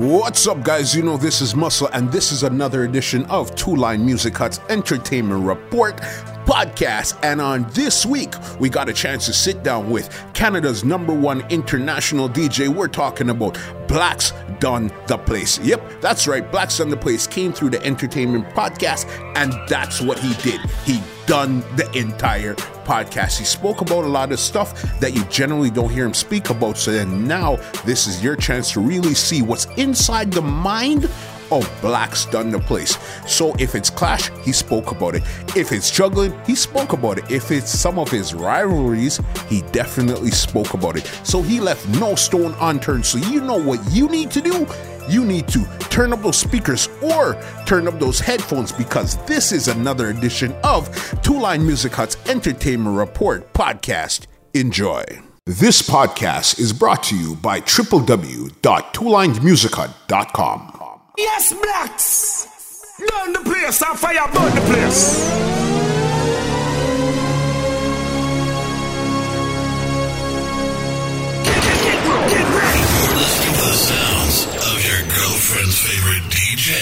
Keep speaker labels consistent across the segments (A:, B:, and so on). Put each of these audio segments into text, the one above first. A: What's up, guys? You know, this is Muscle, and this is another edition of Two Line Music Hut's Entertainment Report podcast. And on this week, we got a chance to sit down with Canada's number one international DJ. We're talking about Blacks Done the Place. Yep, that's right. Blacks Done the Place came through the entertainment podcast, and that's what he did. He done the entire podcast. He spoke about a lot of stuff that you generally don't hear him speak about. So then now this is your chance to really see what's inside the mind of Black's done the place. So if it's clash, he spoke about it. If it's struggling, he spoke about it. If it's some of his rivalries, he definitely spoke about it. So he left no stone unturned. So you know what you need to do? You need to turn up those speakers or turn up those headphones because this is another edition of Two Line Music Hut's Entertainment Report podcast. Enjoy. This podcast is brought to you by www.twolinedmusichut.com.
B: Yes, blacks! Burn the place on fire, burn the place! Get, get, get, get ready!
C: Listening to the sounds of your girlfriend's favorite DJ.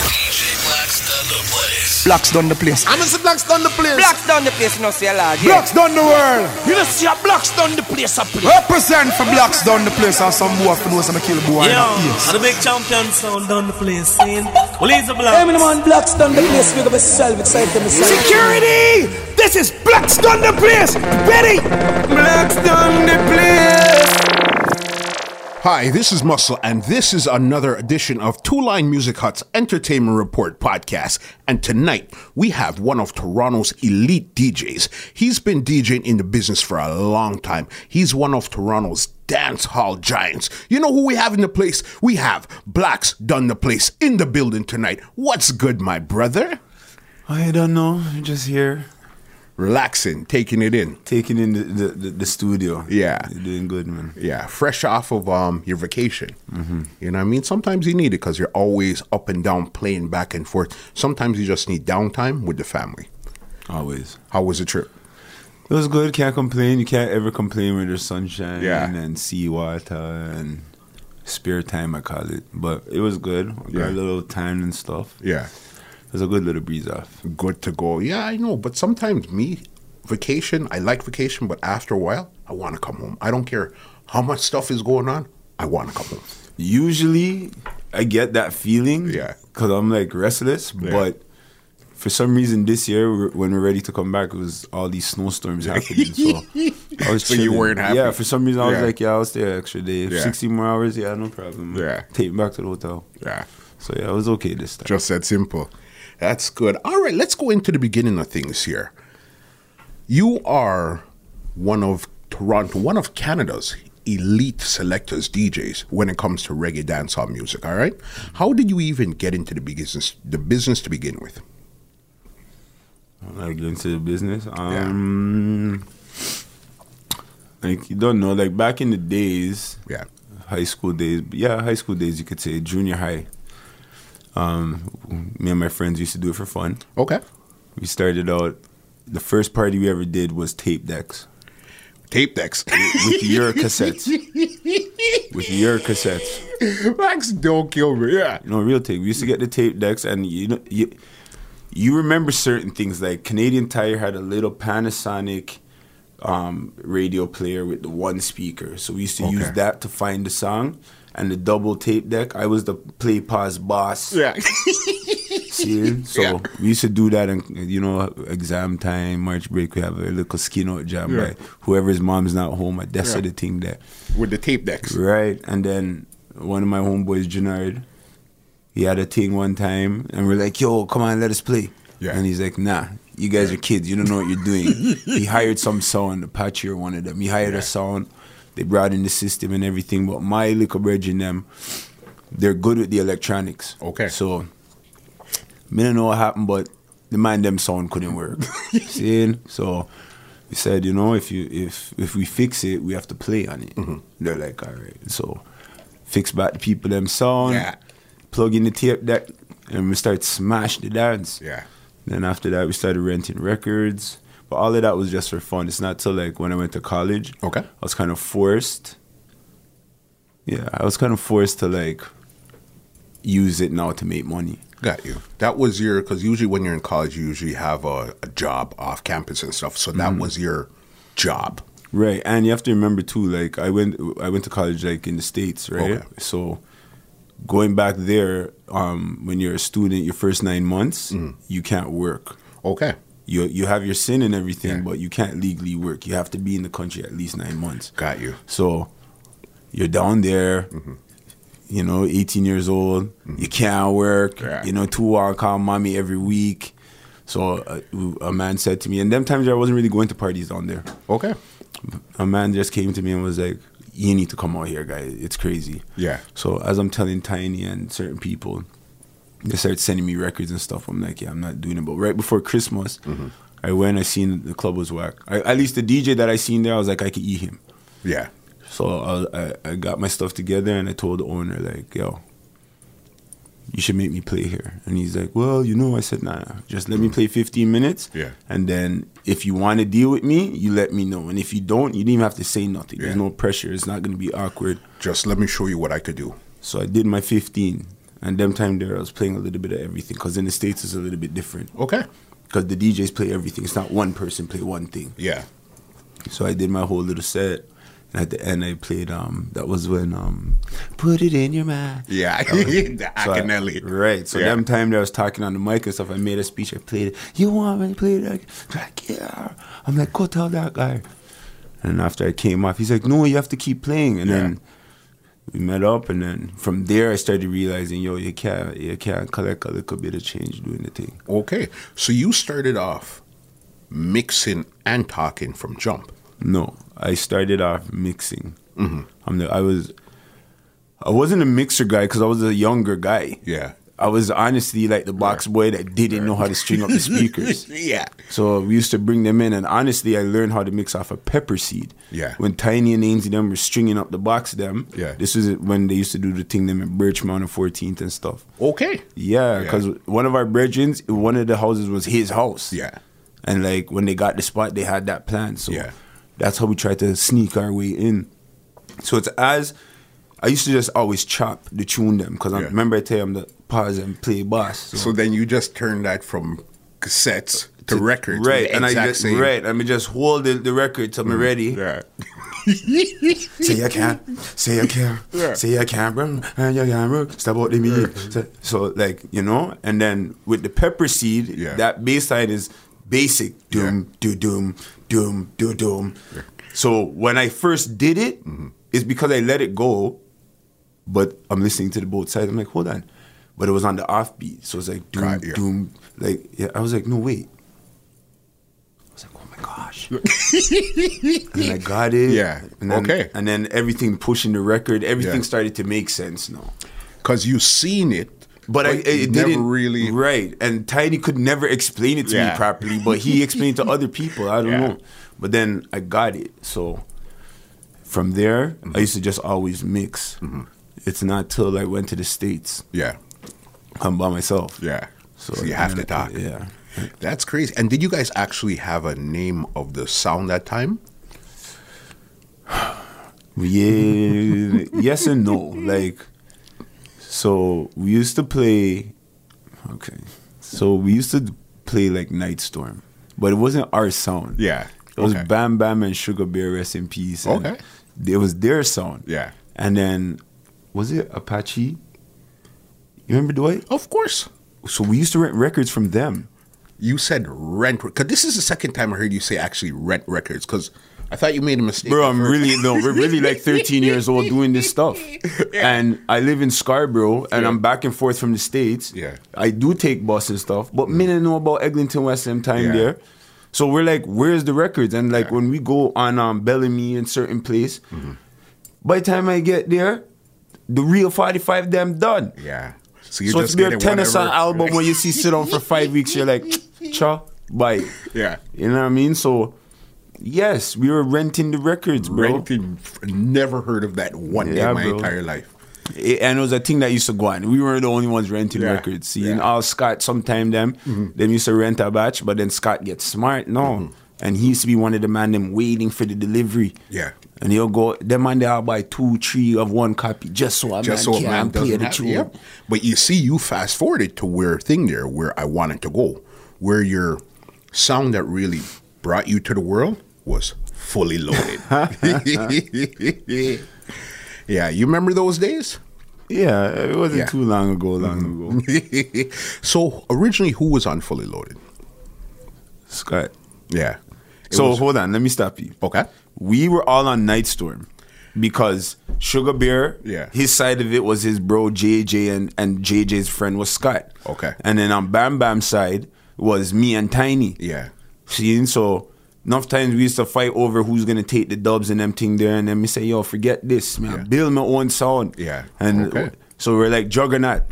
C: DJ Black's done the place.
D: Blacks done the place.
A: I'm Mr. Black's done the place.
E: Blacks down the place, you know, say a lot. Yeah.
D: Blacks done the world.
B: You don't see a blacks down the place, a place!
D: Represent for blacks done the place. Or some boy for know some kill boy.
F: Yo, are
D: Yes.
F: the big champion sound down the place, saying, Police the
G: Hey,
F: block.
G: man, man, blacks done the place. We got myself excited myself.
B: Security! This is blacks down the place! Ready! Blacks down the place!
A: Hi, this is Muscle, and this is another edition of Two Line Music Hut's Entertainment Report podcast. And tonight, we have one of Toronto's elite DJs. He's been DJing in the business for a long time. He's one of Toronto's dance hall giants. You know who we have in the place? We have Blacks Done the Place in the building tonight. What's good, my brother?
D: I don't know. I'm just here
A: Relaxing, taking it in.
D: taking in the, the, the, the studio.
A: Yeah.
D: You're doing good, man.
A: Yeah, fresh off of um your vacation. You know what I mean? Sometimes you need it because you're always up and down, playing back and forth. Sometimes you just need downtime with the family.
D: Always.
A: How was the trip?
D: It was good. Can't complain. You can't ever complain when there's sunshine
A: Yeah.
D: and seawater and spare time, I call it. But it was good. Got
A: Yeah.
D: a little time and stuff.
A: Yeah.
D: It was a good little breeze off.
A: Good to go. Yeah, I know, but sometimes me, vacation, I like vacation, but after a while, I want to come home. I don't care how much stuff is going on. I want to come home.
D: usually I get that feeling.
A: Yeah.
D: Because I'm like restless. But for some reason this year, we're- when we're ready to come back, it was all these snowstorms happening. So I was
A: So you
D: chilling.
A: weren't happy.
D: Yeah, for some reason I was
A: Yeah.
D: like, yeah, I'll stay an extra day.
A: Yeah.
D: 60 more hours, yeah, no problem.
A: Yeah.
D: Take me back to the hotel.
A: Yeah.
D: So yeah, it was okay this time.
A: Just that simple. That's good. All right, let's go into the beginning of things here. You are one of Toronto, one of Canada's elite selectors, DJs, when it comes to reggae dancehall music. All right, how did you even get into the business, the business to begin with?
D: like into the business. Um like you don't know, like back in the days,
A: Yeah,
D: high school days. Yeah, high school days, you could say junior high. Um, me and my friends used to do it for fun.
A: okay.
D: We started out. The first party we ever did was tape decks
A: Tape decks.
D: with your cassettes. with your cassettes,
A: Max, don't kill me. Yeah,
D: no real tape. We used to get the tape decks, and you know you. You remember certain things like Canadian Tire had a little Panasonic um, radio player with the one speaker, so we used to use
A: Okay.
D: that to find the song. And the double tape deck, I was the play pause boss.
A: yeah.
D: See? So
A: Yeah.
D: we used to do that, and you know, exam time, March break, we have a little skin out jam.
A: Yeah.
D: by whoever's mom's not home, I that's
A: Yeah.
D: the thing that
A: With the tape decks.
D: right. And then one of my homeboys, Jannard, he had a thing one time, and we're like, "Yo, come on, let us play."
A: Yeah.
D: And he's like, "Nah, you guys are kids. You don't know what you're doing." he hired some sound, Apache or one of them. He hired a sound. They brought in the system and everything, but my little bridge in them, they're good with the electronics.
A: Okay.
D: So me don't know what happened, but the man them sound couldn't work. Seeing? So we said, you know, if you if if we fix it, we have to play on it.
A: Mm-hmm.
D: They're like, all right. So fix back the people them sound,
A: Yeah.
D: plug in the tape deck, and we start smash the dance.
A: Yeah.
D: Then after that, we started renting records. But all of that was just for fun. It's not till like when I went to college.
A: Okay.
D: I was kind of forced yeah, I was kind of forced to like use it now to make money.
A: Got you. That was your because usually when you're in college, you usually have a, a job off campus and stuff. So that was your job.
D: Right, and you have to remember too. Like I went, I went to college like in the states, right?
A: Okay.
D: So going back there, um, when you're a student, your first nine months,
A: Mm-hmm.
D: you can't work.
A: Okay.
D: You you have your sin and everything,
A: Yeah.
D: but you can't legally work. You have to be in the country at least nine months.
A: Got Mm-hmm. you.
D: So you're down there, you know, 18 years old. You can't work.
A: Mm-hmm. Yeah.
D: You know, two hour call mommy every week. So uh, a man said to me, and them times I wasn't really going to parties down there
A: Okay.
D: a man just came to me and was like, "You need to come out here, guys. It's crazy."
A: Yeah.
D: So as I'm telling Tiny and certain people, they started sending me records and stuff. I'm like, "Yeah, I'm not doing it." But right before Christmas, I went. I seen the club was whack. I, at least the DJ that I seen there, I was like, I could eat him.
A: Yeah.
D: So I, I, I got my stuff together and I told the owner like, "Yo, you should make me play here." And he's like, "Well, you know," I said, "Nah, nah, just let me play 15 minutes.
A: Mm. Yeah.
D: And then if you want to deal with me, you let me know. And if you don't, you didn't even have to say nothing. There's
A: Yeah.
D: no pressure. It's not gonna be awkward."
A: Just let me show you what I could do.
D: So I did my 15, and them time there I was playing a little bit of everything because in the states it's a little bit different
A: Okay.
D: because the DJs play everything. It's not one person play one thing.
A: Yeah.
D: So I did my whole little set. And at the end, I played. Um, that was when um, put it in your mouth.
A: Yeah.
D: That was-
A: the
D: so I-
A: Akinelli.
D: right. So
A: yeah.
D: them time that I was talking on the mic and stuff, I made a speech. I played it. You want me to play it? Like, yeah. I'm like, go tell that guy. And after I came off, he's like, no, you have to keep playing. And
A: Yeah.
D: then we met up, and then from there, I started realizing, yo, you can't, you can't collect a little bit of change doing the thing.
A: Okay. So you started off mixing and talking from jump.
D: No, I started off mixing. I'm the, I was, I wasn't a mixer guy because I was a younger guy.
A: Yeah.
D: I was honestly like the box boy that didn't know how to string up the speakers.
A: yeah.
D: So we used to bring them in, and honestly, I learned how to mix off a pepper seed.
A: Yeah.
D: When Tiny and Ainsley them were stringing up the box them.
A: Yeah.
D: This was when they used to do the thing them in Birchmount and 14th and stuff.
A: Okay. Yeah.
D: Yeah, because one of our brethrens, one of the houses was his house.
A: Yeah.
D: And like when they got the spot, they had that plan. So
A: Yeah.
D: that's how we tried to sneak our way in. So it's as I used to just always chop the tune them because I
A: Yeah.
D: remember I tell them to pause and play bass.
A: So then you just turned that from cassettes to, records.
D: Right,
A: the
D: and I
A: exact
D: just
A: same- Mm-hmm.
D: right, I mean just hold the, the record till I'm ready.
A: Yeah.
D: Say I can, say I can,
A: Yeah.
D: say I can, bro, and you can, bro. Stop what they mean. So, so, like you know, and then with the pepper seed,
A: Yeah.
D: that bass line is basic. Doom, do doom, doom, do doom. So when I first did it,
A: Mm-hmm.
D: it's because I let it go, but I'm listening to the both sides. I'm like, hold on, but it was on the offbeat, so it's like doom,
A: Got you.
D: doom. Like yeah, I was like, no wait. I was like, oh my gosh. and I got it.
A: Yeah.
D: And then,
A: Okay.
D: And then everything pushing the record, everything
A: Yeah.
D: started to make sense now.
A: Because you seen it,
D: But I,
A: you
D: it
A: never
D: didn't
A: really.
D: right. And Tiny could never explain it to
A: Yeah.
D: me properly, but he explained to other people. I don't
A: Yeah.
D: know. But then I got it. So from there,
A: Mm-hmm.
D: I used to just always mix. It's not till I went to the states,
A: Yeah.
D: I'm by myself.
A: Yeah. So, you have to
D: then I-
A: talk.
D: Yeah.
A: That's crazy. And did you guys actually have a name of the sound that time?
D: Yeah, yes and no. Like, so we used to play. Okay, so we used to play like Night Storm, but it wasn't our sound.
A: Yeah,
D: it was
A: okay.
D: Bam Bam and Sugar Bear, rest in peace. and
A: Okay.
D: it was their sound.
A: Yeah.
D: and then was it Apache? You remember Dwight?
A: Of course.
D: So we used to rent records from them.
A: You said rent because this is the second time I heard you say actually rent records because I thought you made a mistake.
D: Bro, I'm really no, we're really like 13 years old doing this stuff. And I live in Scarborough and I'm back and forth from the States.
A: Yeah. Mm.
D: I do take bus and stuff, but men didn't know about Eglinton West them time
A: Yeah.
D: there. So we're like, where's the records? And like when we go on um, Bellamy in certain place,
A: Mm-hmm.
D: by the time I get there, the real 45 them done.
A: yeah. So you
D: so
A: just
D: it's their
A: get it
D: Tennyson
A: whenever-
D: album when you see sit on for five weeks, you're like, cha, bye.
A: Yeah.
D: You know what I mean? So yes, we were renting the records, bro.
A: Renting, never heard of that one day
D: Yeah,
A: in my
D: bro.
A: entire life.
D: It- and it was a thing that used to go on. We were the only ones renting
A: Yeah, Mm-hmm.
D: records. See,
A: yeah. Mm-hmm.
D: and all Scott sometime them them used to rent a batch, but then Scott gets smart. No, And he used to be one of the man them waiting for the delivery.
A: Yeah.
D: And he'll go, them man they all buy two, three of one copy just so I
A: just
D: man
A: so a
D: can
A: man
D: play
A: doesn't
D: the
A: have,
D: tune.
A: yep. But you see, you fast forwarded to where thing there, where I wanted to go, where your sound that really brought you to the world was fully loaded. yeah, you remember those days?
D: Yeah, it wasn't
A: Yeah. Mm-hmm.
D: too long ago, long ago.
A: so originally, who was on fully loaded?
D: Scott.
A: Yeah. It
D: so
A: was-
D: hold on, let me stop you.
A: okay.
D: We were all on Nightstorm because Sugar Bear,
A: Yeah.
D: his side of it was his bro JJ and, and JJ's friend was Scott.
A: Okay.
D: And then on Bam Bam's side was me and Tiny.
A: Yeah.
D: See, and so enough times we used to fight over who's gonna take the dubs and them thing there, and then we say, "Yo, forget this, man.
A: Yeah.
D: Build my own sound."
A: Yeah,
D: and
A: okay.
D: so we're like juggernaut,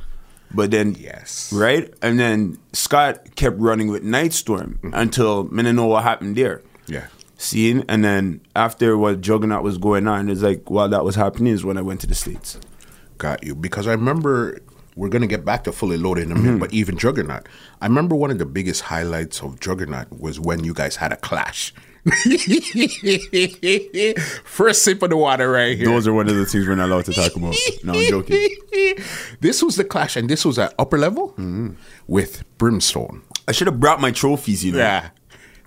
D: but then
A: Yes.
D: right, and then Scott kept running with Nightstorm until I don't know what happened there.
A: Mm-hmm. Yeah.
D: Seeing, and then after what juggernaut was going on, it's like while that was happening is when I went to the states.
A: Got you. Because I remember we're gonna get back to fully loaded in a
D: Mm-hmm.
A: minute, but even Juggernaut. I remember one of the biggest highlights of Juggernaut was when you guys had a clash. First sip of the water right here.
D: are one of the things we're not allowed to talk about. No, I'm joking.
A: this was the clash, and this was at upper level
D: Mm-hmm.
A: with Brimstone.
D: I should have brought my trophies, you know.
A: Yeah.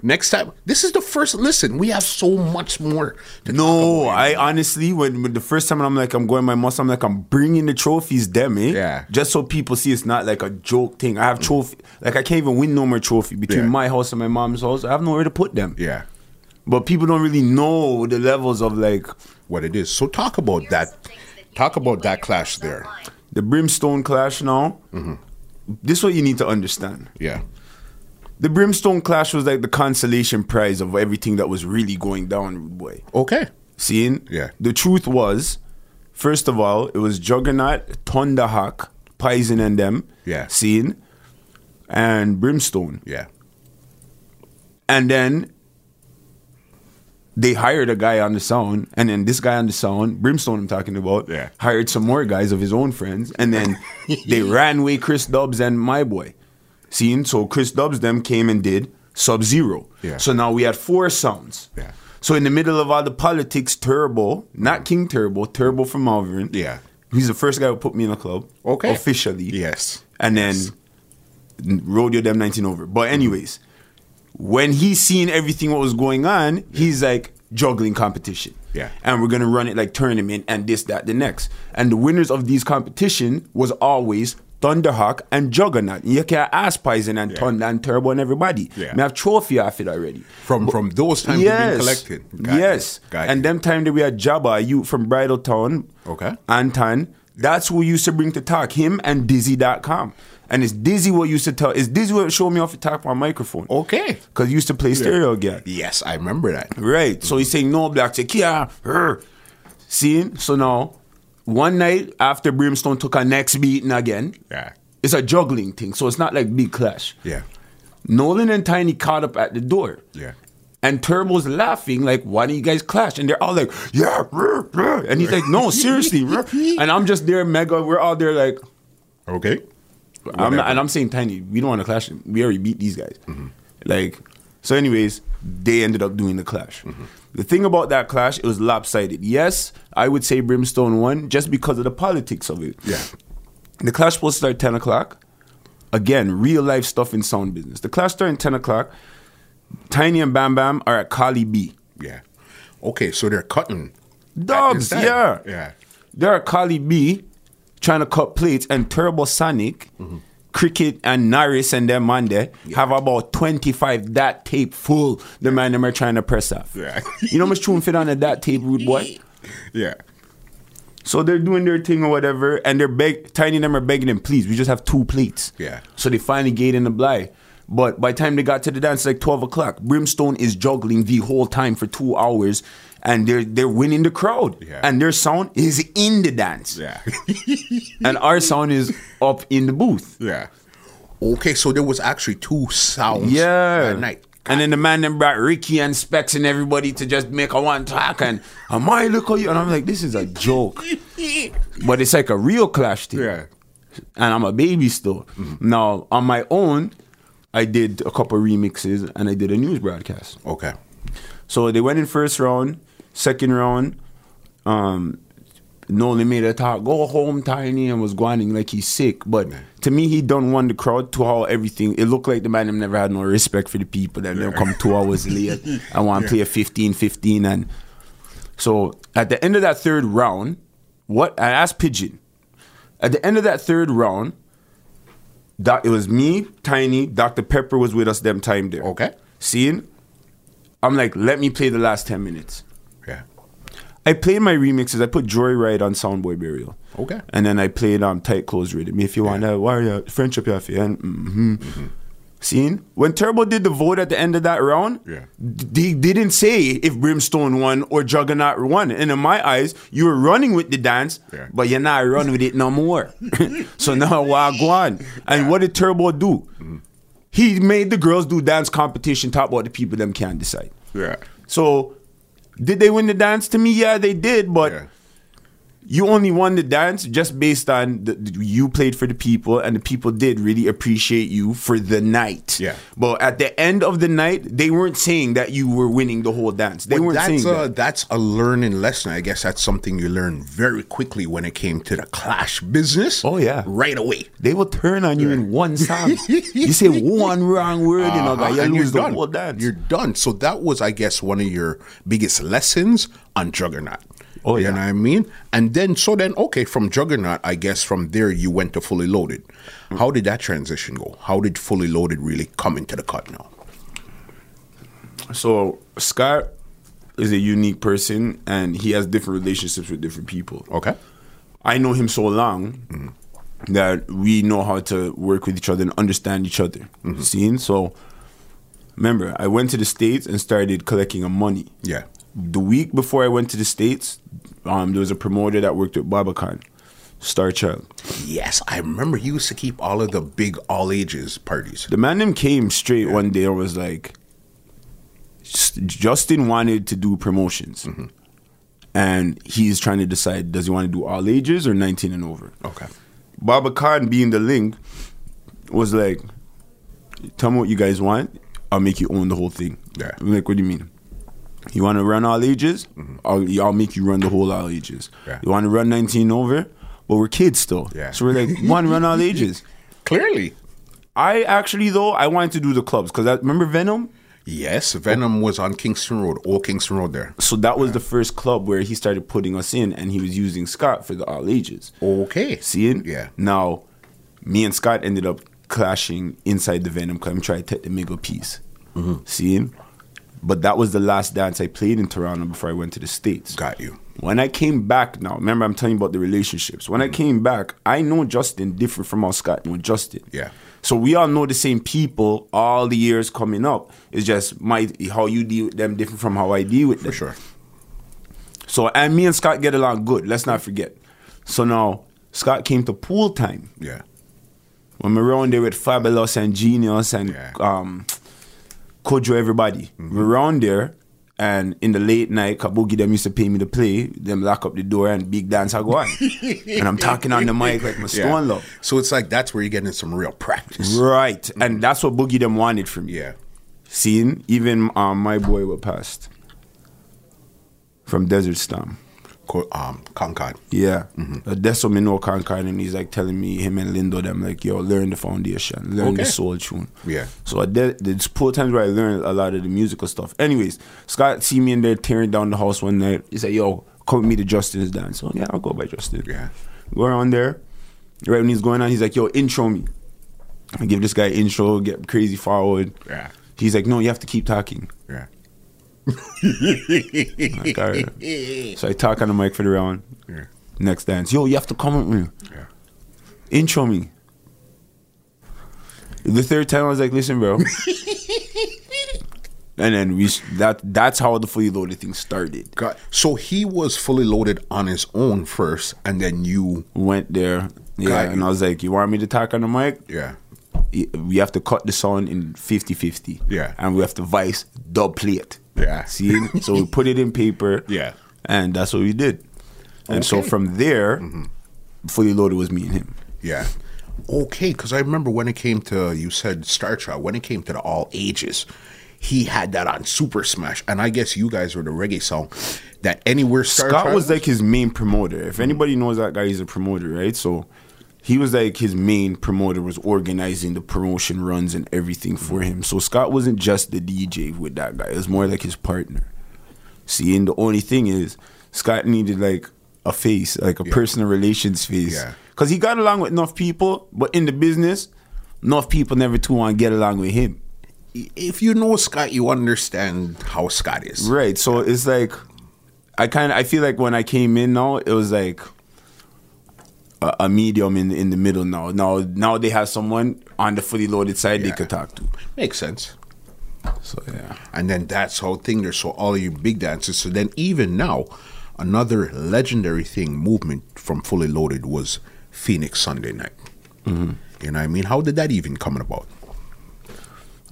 A: Next time, this is the first. Listen, we have so much more. To
D: No,
A: talk about.
D: I honestly, when, when the first time I'm like, I'm going my muscle, I'm like, I'm bringing the trophies, damn it.
A: Yeah. Mm.
D: Just so people see it's not like a joke thing. I have trophy, like I can't even win no more trophy between
A: Yeah.
D: my house and my mom's house. I have nowhere to put them.
A: Yeah,
D: But people don't really know the levels of like
A: what it is. So talk about that. Talk about that clash there.
D: the brimstone clash now.
A: Mm-hmm.
D: This is what you need to understand.
A: Yeah.
D: The brimstone clash was like the consolation prize of everything that was really going down, rude boy.
A: Okay.
D: Seeing?
A: Yeah.
D: The truth was, first of all, it was Juggernaut, Thunderhawk, Poison, and them.
A: Yeah.
D: Seeing? And Brimstone.
A: Yeah.
D: And then they hired a guy on the sound, and then this guy on the sound, Brimstone, I'm talking about,
A: Yeah.
D: hired some more guys of his own friends, and then they ran away Chris Dubs and my boy. Seeing? So Chris Dubs them came and did Sub Zero.
A: Yeah.
D: So now we had four sounds.
A: Yeah.
D: So in the middle of all the politics, Turbo, not King Turbo, Turbo from Malvern.
A: Yeah.
D: He's the first guy who put me in a club.
A: Okay.
D: Officially.
A: Yes.
D: And then rodeo them 19 over. But anyways, when he's seen everything what was going on, he's like juggling competition.
A: Yeah.
D: And we're gonna run it like tournament and this, that, the next. And the winners of these competition was always Thunderhawk and Juggernaut. You can't ask Poison and
A: Yeah.
D: Thunder and Turbo and everybody.
A: Yeah.
D: We have trophy off it already.
A: From from those times
D: Yes.
A: you've been collecting.
D: yes.
A: You. Got
D: and
A: you.
D: them time that we had Jabba, you from Bridletown.
A: Okay.
D: Anton. That's who used to bring to talk him and Dizzy.com. And it's Dizzy what used to tell. It's Dizzy what showed me off the top of my microphone.
A: okay.
D: Because he used to play stereo again.
A: Yes, I remember that.
D: Right. So
A: Mm-hmm.
D: he's saying, no, Black Chick, yeah. her." See? So now, one night after Brimstone took a next beating again,
A: Yeah.
D: it's a juggling thing. So it's not like big clash.
A: Yeah.
D: Nolan and Tiny caught up at the door.
A: Yeah.
D: And Turbo's laughing, like, why don't you guys clash? And they're all like, yeah. ruh, ruh." And he's like, no, seriously. ruh." and I'm just there, mega. We're all there, like,
A: Okay.
D: I'm
A: Whatever. Mm-hmm.
D: not, and I'm saying, Tiny, we don't want to clash. We already beat these guys. Like, so, anyways, they ended up doing the clash.
A: Mm-hmm.
D: The thing about that clash, it was lopsided. Yes, I would say Brimstone won just because of the politics of it.
A: Yeah.
D: The clash supposed to start at 10 o'clock. Again, real life stuff in sound business. The clash started at 10 o'clock. Tiny and Bam Bam are at Kali B.
A: Yeah. Okay, so they're cutting. at this
D: Dubs,
A: time.
D: yeah.
A: Yeah.
D: There are Kali B trying to cut plates and Turbo Sonic,
A: Mm-hmm.
D: Cricket and Norris and them man there have about 25 that tape full. The man them are trying to press off.
A: Yeah.
D: you know how much tune fit on a that tape, rude boy?
A: Yeah.
D: So they're doing their thing or whatever, and they're beg tiny them are begging him, please, we just have two plates.
A: Yeah.
D: So they finally gave in the bly. But by the time they got to the dance, like twelve o'clock, Brimstone is juggling the whole time for two hours, and they're they're winning the crowd,
A: Yeah.
D: and their sound is in the dance,
A: Yeah.
D: and our sound is up in the booth.
A: yeah. Okay, so there was actually two sounds
D: Yeah.
A: that night.
D: And then the man then brought Ricky and Specs and everybody to just make a one track and am I look at you and I'm like this is a joke, but it's like a real clash thing.
A: Yeah.
D: and I'm a baby still. Now on my own, I did a couple remixes and I did a news broadcast.
A: Okay.
D: So they went in first round, second round. Um, Nolan made a talk, go home, Tiny, and was grinding like he's sick. But to me, he done won the crowd to how everything. It looked like the man him never had no respect for the people that them come two hours late I want to play a 15 15. And so at the end of that third round, what I asked Pigeon, at the end of that third round, doc, it was me, Tiny, Dr. Pepper was with us them time there.
A: Okay.
D: Seeing? I'm like, let me play the last 10 minutes.
A: Yeah.
D: I played my remixes. I put Joyride on Soundboy Burial.
A: Okay.
D: And then I played um, Tight Clothes Rhythm. If you want to, why are you friendship you have here? And mm-hmm. Seen? When Turbo did the vote at the end of that round,
A: Yeah.
D: d- they didn't say if Brimstone won or Juggernaut won. And in my eyes, you were running with the dance,
A: Yeah.
D: but you're not running with it no more. so now why go on? And what did Turbo do?
A: Mm-hmm.
D: He made the girls do dance competition, talk about the people them can't decide.
A: Yeah.
D: So, did they win the dance? To me, yeah, they did. But
A: Yeah.
D: you only won the dance just based on the, the- you played for the people, and the people did really appreciate you for the night.
A: Yeah.
D: But at the end of the night, they weren't saying that you were winning the whole dance. They
A: But
D: weren't
A: that's
D: saying
A: a,
D: that.
A: that's a learning lesson. I guess that's something you learn very quickly when it came to the clash business.
D: Oh, yeah.
A: right away.
D: They will turn on you in one song. you say one wrong word, you know,
A: Uh-huh,
D: guy, you
A: and
D: lose the
A: done.
D: whole dance.
A: You're done. So that was, I guess, one of your biggest lessons on Juggernaut.
D: Oh,
A: you
D: yeah.
A: know what I mean. And then, so then, okay, from Juggernaut, I guess from there you went to Fully Loaded. How did that transition go? How did Fully Loaded really come into the cut now?
D: So Scott is a unique person, and he has different relationships with different people.
A: Okay.
D: I know him so long that we know how to work with each other and understand each other. Seeing so, remember, I went to the states and started collecting a money.
A: Yeah.
D: The week before I went to the states, um, there was a promoter that worked with Babacan, Star Child.
A: Yes, I remember he used to keep all of the big all ages parties.
D: The man them came straight one day and was like, "S- Justin wanted to do promotions. And he's trying to decide does he want to do all ages or 19 and over?
A: Okay.
D: Baba Khan being the link was like, tell me what you guys want. I'll make you own the whole thing.
A: Yeah.
D: I'm like, what do you mean? You want to run all ages? I'll, I'll make you run the whole all ages.
A: Mm-hmm. Yeah.
D: You want to run 19 over? But we're kids still.
A: Yeah.
D: So we're like, one, run all ages.
A: Clearly.
D: I actually, though, I wanted to do the clubs because I remember Venom?
A: Yes, Venom was on Kingston Road, old Kingston Road there.
D: So that was the first club where he started putting us in and he was using Scott for the all ages.
A: Okay.
D: Seeing?
A: Yeah.
D: Now, me and Scott ended up clashing inside the Venom Club and tried to take the Migo piece.
A: Mm-hmm.
D: Seeing? But that was the last dance I played in Toronto before I went to the States.
A: Got you.
D: When I came back now, remember I'm telling you about the relationships.
A: Mm-hmm.
D: When I came back, I know Justin different from how Scott know Justin.
A: Yeah.
D: So we all know the same people all the years coming up. It's just my how you deal with them different from how I deal with them.
A: For sure.
D: So and me and Scott get along good. Let's not forget. So now Scott came to pool time.
A: Yeah.
D: When we're around there with Fabulous and Genius and
A: Yeah. Mm-hmm.
D: um, Kojo, everybody. We're around there, and in the late night, Kabuki them used to pay me to play. Them lock up the door and big dance I go on, and I'm talking on the mic like my
A: Yeah.
D: stone love.
A: So it's like that's where you're getting some real practice.
D: Right, and that's what Boogie them wanted from me.
A: Mm-hmm. Yeah.
D: Seeing even um, my boy what passed from Desert Storm.
A: Co- um, Concord.
D: Yeah,
A: Mm-hmm.
D: uh, that's what me know Concord, and he's like telling me him and Lindo them like yo learn the foundation, learn
A: Okay.
D: the soul tune.
A: Yeah.
D: So I did there's poor times where I learned a lot of the musical stuff. Anyways, Scott see me in there tearing down the house one night. He's like yo come with me to Justin's dance. So yeah, I'll go by Justin.
A: Yeah.
D: go around there. Right when he's going on, he's like yo intro me. I give this guy intro, get crazy forward.
A: Yeah.
D: He's like no, you have to keep talking.
A: Yeah.
D: Like, all right. so I talk on the mic for the round.
A: Yeah.
D: Next dance, yo, you have to come with me.
A: Yeah.
D: intro me. The third time I was like, listen, bro. and then we s- that that's how the fully loaded thing started.
A: Got, so he was fully loaded on his own first, and then you.
D: Went there, yeah,
A: Got
D: and I was like, you want me to talk on the mic?
A: Yeah.
D: Y- We have to cut the sound in 50-50.
A: Yeah.
D: and we have to vice double plate.
A: Yeah.
D: see, so we put it in paper.
A: Yeah.
D: and that's what we did. And so
A: Okay. Mm-hmm.
D: from there, fully loaded was me and him.
A: Yeah. Okay, because I remember when it came to you said Star Child when it came to the all ages, he had that on Super Smash, and I guess you guys were the reggae song that anywhere Star
D: Scott
A: Child
D: was like his main promoter. If anybody knows that guy, he's a promoter, right? So he was like his main promoter was organizing the promotion runs and everything for him. So Scott wasn't just the DJ with that guy; it was more like his partner. See, and the only thing is, Scott needed like a face, like a personal relations face,
A: Yeah.
D: because he got along with enough people, but in the business, enough people never too want to get along with him.
A: if you know Scott, you understand how Scott is.
D: Right. So it's like I kind of I feel like when I came in now, it was like a, a medium in in the middle now. Now now they have someone on the fully loaded side they
A: Yeah.
D: could talk to.
A: Makes sense.
D: So yeah.
A: And then that's how thing there. So all you big dancers. So then even now, another legendary thing movement from Fully Loaded was Phoenix Sunday Night.
D: Mm-hmm.
A: You know what I mean? How did that even come about?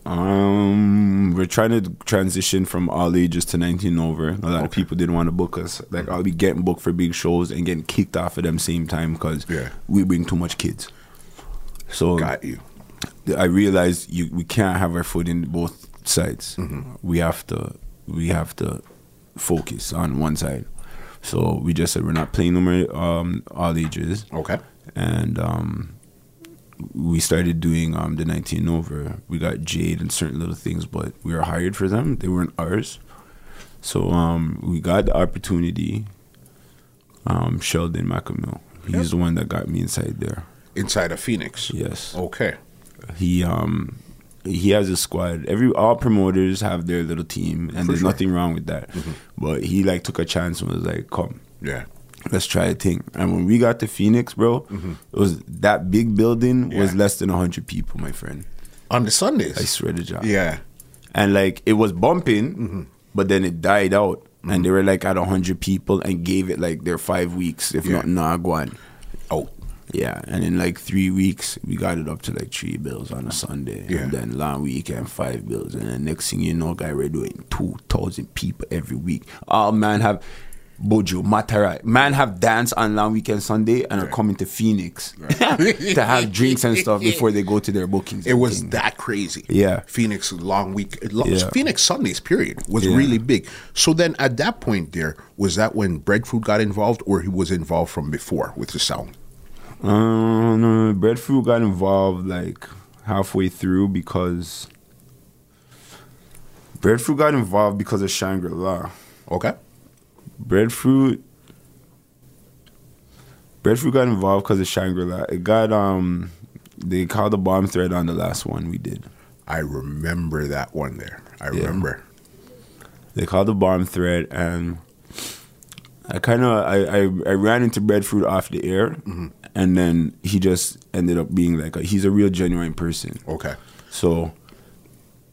D: Um, we're trying to transition from all ages to 19 over. A lot of people didn't want to book us. Like I'll be getting booked for big shows and getting kicked off at them same time because
A: Yeah.
D: we bring too much kids. So
A: Got you.
D: I realized you we can't have our foot in both sides. We have to we have to focus on one side. So we just said we're not playing no more um, all ages,
A: Okay.
D: and um, we started doing um, the 19 over. We got Jade and certain little things, but we were hired for them. They weren't ours. So um, we got the opportunity. Um, Sheldon McAmill, he's the one that got me inside there.
A: Inside of Phoenix.
D: Yes
A: Okay.
D: he um he has a squad. Every all promoters have their little team, and there's
A: sure. Mm-hmm.
D: nothing wrong with that. But he like took a chance and was like, "Come,
A: Yeah.
D: let's try a thing." And when we got to Phoenix, bro, it was that big building was
A: Mm-hmm. Yeah.
D: less than hundred people, my friend.
A: On the Sundays.
D: I swear to God.
A: Yeah. Mm-hmm.
D: And like it was bumping, but then it died out, and they were like at hundred people and gave it like their five weeks, if
A: Yeah.
D: not nah, go on.
A: Oh.
D: Yeah, and in like three weeks, we got it up to like three bills on a Sunday,
A: Yeah.
D: and then long weekend five bills, and then next thing you know, guy we're doing two thousand people every week. All man have bojo matara, man have dance on long weekend Sunday, and are coming to Phoenix to have drinks and stuff before they go to their bookings.
A: It
D: and
A: was
D: thing.
A: that crazy.
D: Yeah.
A: Phoenix long week. Long,
D: Yeah.
A: Phoenix Sundays period was
D: Yeah.
A: really big. So then at that point there was that when Breadfruit got involved or he was involved from before with the sound.
D: Um, no, Breadfruit got involved like halfway through because Breadfruit got involved because of Shangri La.
A: Okay.
D: Breadfruit. Breadfruit got involved because of Shangri La. It got um, they called the bomb threat on the last one we did.
A: I remember that one there. I
D: Yeah.
A: remember.
D: They called the bomb threat, and I kind of I, I I ran into Breadfruit off the air,
A: Mm-hmm.
D: and then he just ended up being like a, he's a real genuine person.
A: Okay.
D: So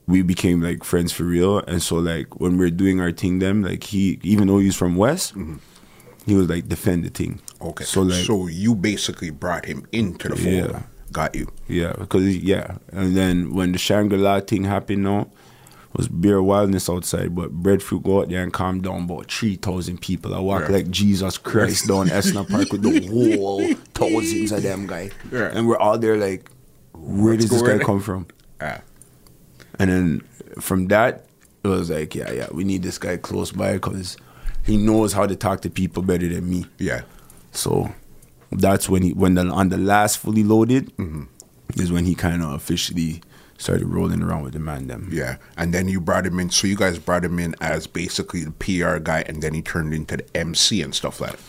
D: we became like friends for real. And so like when we are doing our thing, them like he even though he's from West, he was like defend the thing.
A: Mm-hmm. Okay.
D: So like
A: so you basically brought him into the fold.
D: Yeah.
A: Got you.
D: yeah, because yeah. And then when the Shangri La thing happened, now was beer wildness outside, but breadfruit go out there and calm down about three thousand people. I walk
A: Yeah.
D: like Jesus Christ down Esna Park with the whole thousands of them guy,
A: Yeah.
D: and we're all there like, where does this
A: going
D: guy
A: on?
D: come from?
A: Ah.
D: And then from that, it was like, yeah, yeah, we need this guy close by because he knows how to talk to people better than me.
A: Yeah.
D: So that's when he, when the, on the last fully loaded,
A: Mm-hmm.
D: is when he kind of officially started rolling around with the man them.
A: Yeah. And then you brought him in. So you guys brought him in as basically the PR guy, and then he turned into the MC and stuff like that.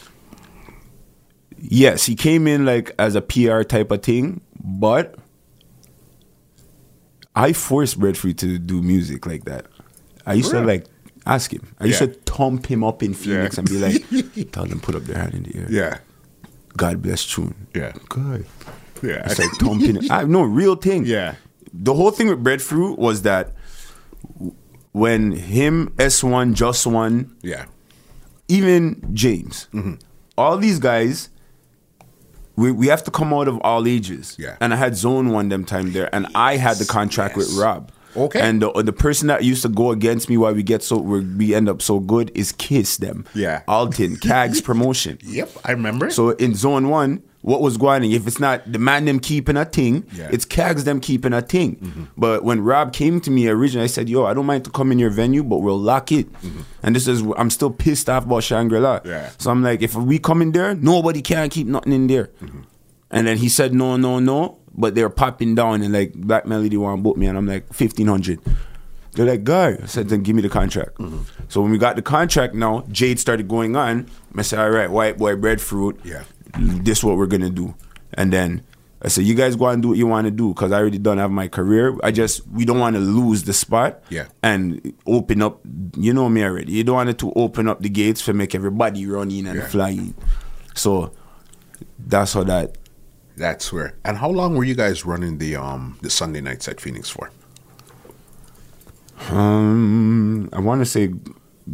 D: Yes, he came in like as a PR type of thing, but I forced Breadfruit to do music like that. I used
A: Really?
D: to like ask him. I used
A: Yeah.
D: to thump him up in Phoenix
A: Yeah.
D: and be like, tell them put up their hand in the air.
A: Yeah.
D: God bless tune.
A: Yeah.
D: God.
A: Yeah.
D: It's like thumping. I no real thing.
A: Yeah.
D: The whole thing with breadfruit was that w- when him S one just one
A: yeah.
D: even James,
A: Mm-hmm.
D: all these guys. We, we have to come out of all ages.
A: Yeah.
D: And I had zone one them time there, and I had the contract with Rob.
A: Okay.
D: And the, the person that used to go against me why we get so we we end up so good is Kiss them.
A: Yeah.
D: Alton Cags promotion.
A: Yep. I remember.
D: So in zone one, what was going on. If it's not the man them keeping a thing,
A: Yeah. Mm-hmm.
D: it's Cags them keeping a thing. But when Rob came to me originally, I said, "Yo, I don't mind to come in your venue, but we'll lock it." And this is I'm still pissed off about Shangri La.
A: Mm-hmm. Yeah.
D: So I'm like, if we come in there, nobody can keep nothing in there.
A: Mm-hmm.
D: And then he said, "No, no, no." But they're popping down and like Black Melody want to book me, and I'm like fifteen hundred. They're like, guy. I said, then give me the contract. So when we got the contract now, Jade started going on. I said, all right, white boy, breadfruit.
A: Yeah.
D: This what we're gonna do. And then I said, you guys go out and do what you want to do because I already done have my career. I just we don't want to lose the spot.
A: Yeah.
D: And open up. You know me already. You don't want it to open up the gates for make everybody run in and
A: Yeah.
D: fly in. So that's how that
A: That's where. And how long were you guys running the um the Sunday nights at Phoenix for?
D: Um, I want to say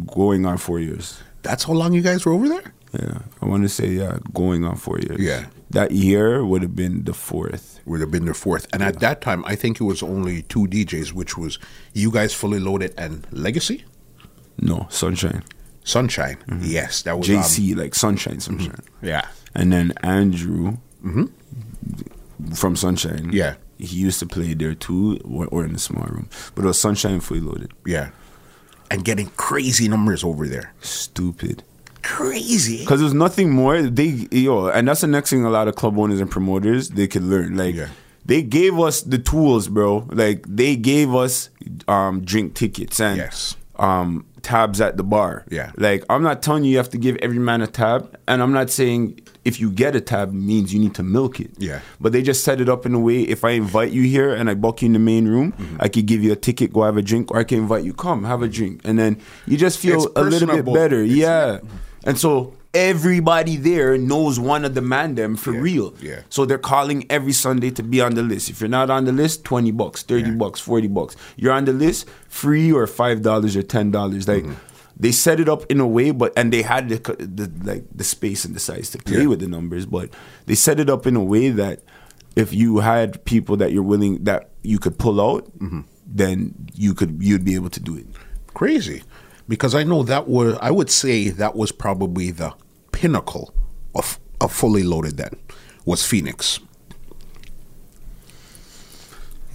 D: going on four years.
A: That's how long you guys were over there.
D: Yeah, I want to say yeah, going on four years.
A: Yeah.
D: that year would have been the fourth.
A: Would have been their fourth. And at that time, I think it was only two DJs, which was you guys fully loaded and Legacy
D: No, sunshine.
A: Sunshine. Yes, that was um, Mm-hmm.
D: JC like sunshine, sunshine,
A: yeah,
D: and then Andrew from Sunshine.
A: Mm-hmm. Yeah.
D: he used to play there too, or, or in the small room. But it was Sunshine fully loaded.
A: yeah, and getting crazy numbers over there.
D: Stupid.
A: Crazy.
D: Because there's nothing more they yo, and that's the next thing a lot of club owners and promoters they could learn. Like
A: Yeah.
D: they gave us the tools, bro. Like they gave us um drink tickets and
A: Yes.
D: um tabs at the bar.
A: Yeah.
D: Like I'm not telling you you have to give every man a tab, and I'm not saying if you get a tab means you need to milk it.
A: Yeah.
D: But they just set it up in a way if I invite you here and I book you in the main room,
A: Mm-hmm.
D: I could give you a ticket, go have a drink, or I can invite you, come have a drink. And then you just feel
A: It's
D: a little bit
A: personable.
D: better.
A: It's-
D: yeah. And so everybody there knows one of the man them for real.
A: yeah.
D: So they're calling every Sunday to be on the list. If you're not on the list, 20 bucks, 30 bucks, 40 bucks. You're on the list, free or $5 or $10. Like
A: Mm-hmm.
D: they set it up in a way but and they had the, c- the like the space and the size to play
A: Yeah.
D: with the numbers, but they set it up in a way that if you had people that you're willing that you could pull out,
A: Mm-hmm.
D: then you could you'd be able to do it.
A: crazy because I know that was I would say that was probably the pinnacle of of fully loaded then was Phoenix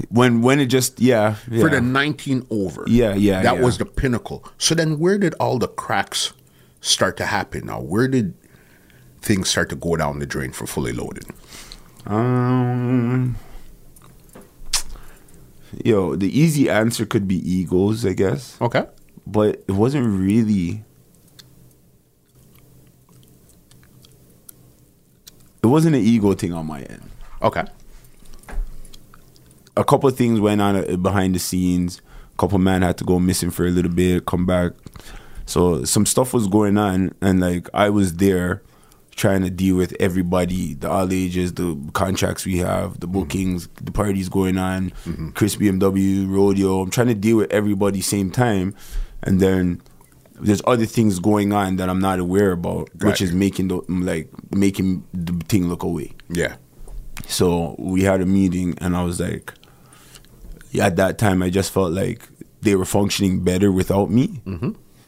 D: When when it just yeah,
A: for
D: yeah.
A: the 19 over.
D: Yeah, yeah,
A: That
D: yeah.
A: was the pinnacle. So then where did all the cracks start to happen now? Where did things start to go down the drain for fully loaded?
D: Um, yo, the easy answer could be Eagles, I guess,
A: Okay.
D: but it wasn't really. It wasn't an ego thing on my end.
A: Okay.
D: A couple of things went on uh, behind the scenes. A couple man had to go missing for a little bit, come back. So some stuff was going on, and like I was there trying to deal with everybody, the all ages, the contracts we have, the bookings, the parties going on, Chris BMW rodeo. I'm trying to deal with everybody same time, and then there's other things going on that I'm not aware about, which
A: Gotcha.
D: is making the like making the thing look away.
A: Yeah.
D: So we had a meeting, and I was like, at that time, I just felt like they were functioning better without me.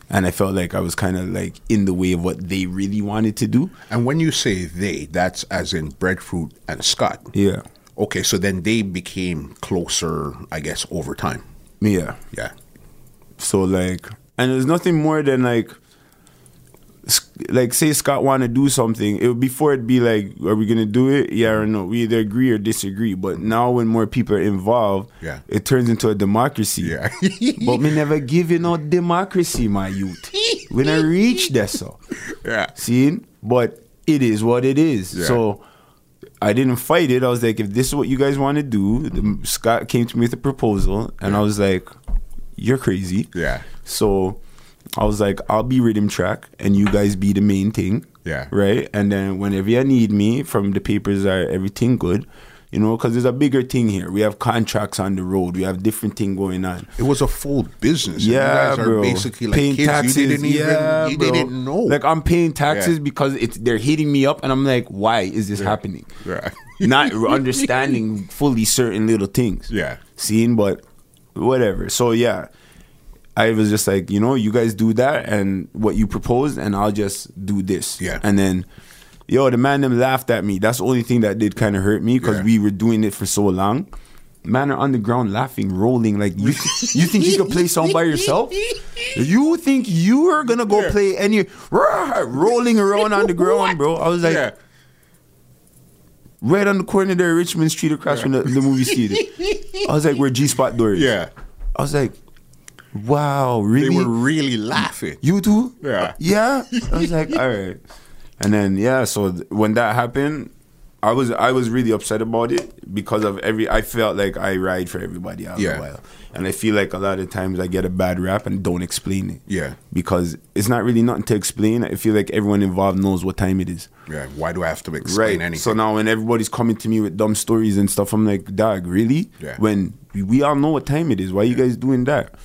D: And I felt like I was kind of like in the way of what they really wanted to do.
A: And when you say they, that's as in Breadfruit and Scott.
D: Yeah.
A: Okay, so then they became closer, I guess, over time.
D: Yeah.
A: Yeah.
D: So like, and there's nothing more than like, s- like say Scott want to do something, it would before it'd be like, are we gonna do it? Yeah or no? We either agree or disagree. But now when more people are involved,
A: Yeah.
D: it turns into a democracy.
A: Yeah.
D: but me never give you no democracy, my youth. When I reach that, so
A: Yeah.
D: seeing, but it is what it is.
A: Yeah.
D: So I didn't fight it. I was like, if this is what you guys want to do, the, Scott came to me with a proposal, and I was like, you're crazy.
A: Yeah.
D: So I was like, I'll be rhythm track, and you guys be the main thing.
A: Yeah.
D: Right. And then whenever you need me, from the papers are everything good. You know, because there's a bigger thing here. We have contracts on the road. We have different thing going on.
A: It was a full business. and
D: Yeah,
A: you guys
D: bro.
A: are basically like kids you didn't even
D: yeah,
A: you
D: bro.
A: didn't know.
D: Like I'm paying taxes
A: Yeah.
D: because it's they're hitting me up, and I'm like, why is this happening?
A: yeah.
D: Not understanding fully certain little things.
A: Yeah.
D: seeing, but whatever. So yeah, I was just like, you know, you guys do that and what you proposed, and I'll just do this.
A: Yeah.
D: and then yo, the man them laughed at me. That's the only thing that did kind of hurt me because
A: Yeah.
D: we were doing it for so long. Man are on the ground laughing, rolling like you. you think you could play song by yourself? You think you are gonna go
A: Yeah.
D: play any rah, rolling around on the ground, bro? I was like,
A: yeah.
D: right on the corner there, Richmond Street, across from the, the movie theater. I was like, where G Spot door is.
A: Yeah.
D: I was like, wow,
A: They
D: really?
A: were really laughing.
D: You too?
A: Yeah.
D: Yeah. I was like, all right. And then yeah, so th- when that happened, I was I was really upset about it because of every. I felt like I ride for everybody out
A: Yeah.
D: a while, and I feel like a lot of times I get a bad rap and don't explain it.
A: Yeah.
D: Because it's not really nothing to explain. I feel like everyone involved knows what time it is.
A: Yeah. Why do I have to explain anything?
D: So now when everybody's coming to me with dumb stories and stuff, I'm like, dog, really?
A: Yeah.
D: When we, we all know what time it is. Why you guys doing that?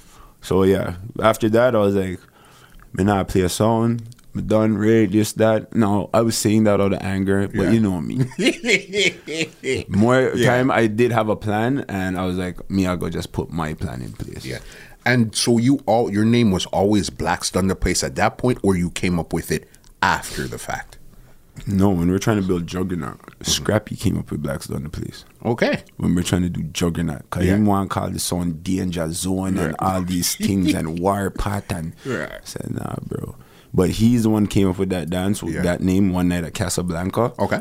D: So yeah, after that, I was like, man, I play a song. I'm done, ready, this, that. No, I was saying that out of anger, but
A: Yeah.
D: you know me. More time, I did have a plan, and I was like, me, I go just put my plan in place.
A: yeah. And so you all your name was always Black Thunder Place at that point, or you came up with it after the fact.
D: No, when we we're trying to build Juggernaut, Scrappy came up with Blacks on the place.
A: Okay.
D: when we're trying to do juggernaut. Cause
A: Yeah.
D: you want to call this on danger zone and all these things and war part and
A: Right.
D: said nah, bro. But he's the one came up with that dance with
A: Yeah.
D: that name one night at Casablanca.
A: Okay.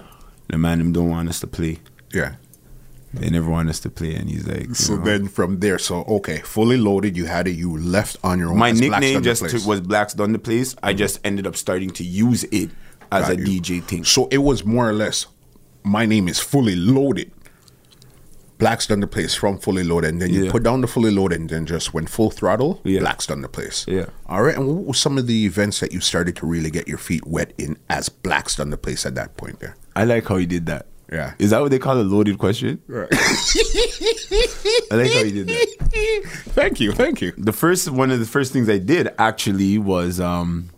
D: the man them don't want us to play.
A: Yeah.
D: They never want us to play, and he's like, you
A: So
D: know.
A: then from there, so okay, fully loaded, you had it, you left on your own.
D: my
A: as Black
D: nickname
A: Thunder
D: just
A: Place. Mm-hmm.
D: took was Blacks Done the Place. I just ended up starting to use it as
A: Got
D: a
A: you.
D: DJ thing.
A: So it was more or less, my name is fully loaded. Black's done the place from fully loaded, and then you
D: Yeah.
A: put down the fully loaded, and then just went full throttle.
D: Yeah.
A: Black's done the place.
D: Yeah.
A: All right. And what were some of the events that you started to really get your feet wet in as Black's done the place at that point there?
D: I like how he did that.
A: Yeah.
D: is that what they call a loaded question? I like how he did that.
A: Thank you. Thank you.
D: the first one of the first things I did actually was um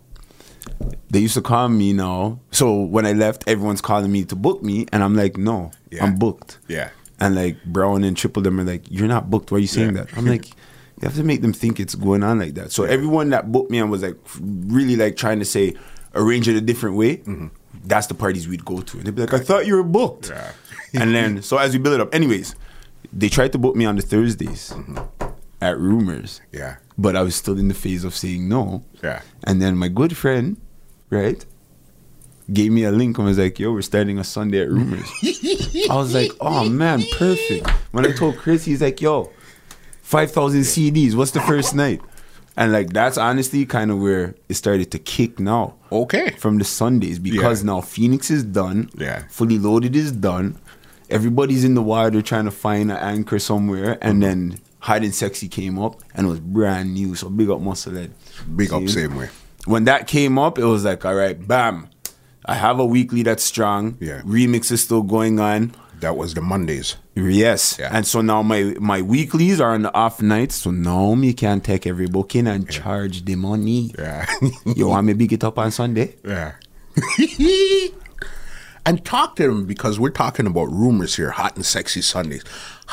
D: they used to call me now. So when I left, everyone's calling me to book me, and I'm like, no,
A: Yeah.
D: I'm booked.
A: Yeah.
D: And like Brown and Triple them are like, you're not booked. Why are you saying
A: Yeah.
D: that? I'm like, you have to make them think it's going on like that. So everyone that booked me and was like, really like trying to say, arrange it a different way.
A: Mm-hmm.
D: That's the parties we'd go to, and they'd be like, I thought you were booked.
A: Yeah.
D: and then so as we build it up, anyways, they tried to book me on the Thursdays
A: Mm-hmm.
D: at Rumors
A: Yeah.
D: but I was still in the phase of saying no.
A: Yeah.
D: And then my good friend, right, gave me a link and was like, "Yo, we're starting a Sunday at Rumors." I was like, "Oh man, perfect." When I told Chris, he's like, "Yo, five thousand CDs. What's the first night?" And like that's honestly kind of where it started to kick now.
A: Okay.
D: From the Sundays because
A: Yeah.
D: now Phoenix is done.
A: Yeah.
D: Fully loaded is done. Everybody's in the water trying to find an anchor somewhere,
A: Mm-hmm.
D: and then Hide and Sexy came up and it was brand new. So big up Musclehead.
A: Big up,
D: See?
A: same way.
D: When that came up, it was like, all right, bam. I have a weekly that's strong.
A: Yeah.
D: Remix is still going on.
A: That was the Mondays.
D: Yes.
A: Yeah.
D: And so now my my weeklies are on the off nights. So now me can take every booking and charge the money.
A: Yeah.
D: Yo, I maybe get up on Sunday.
A: Yeah. and talk to them because we're talking about rumors here, hot and sexy Sundays.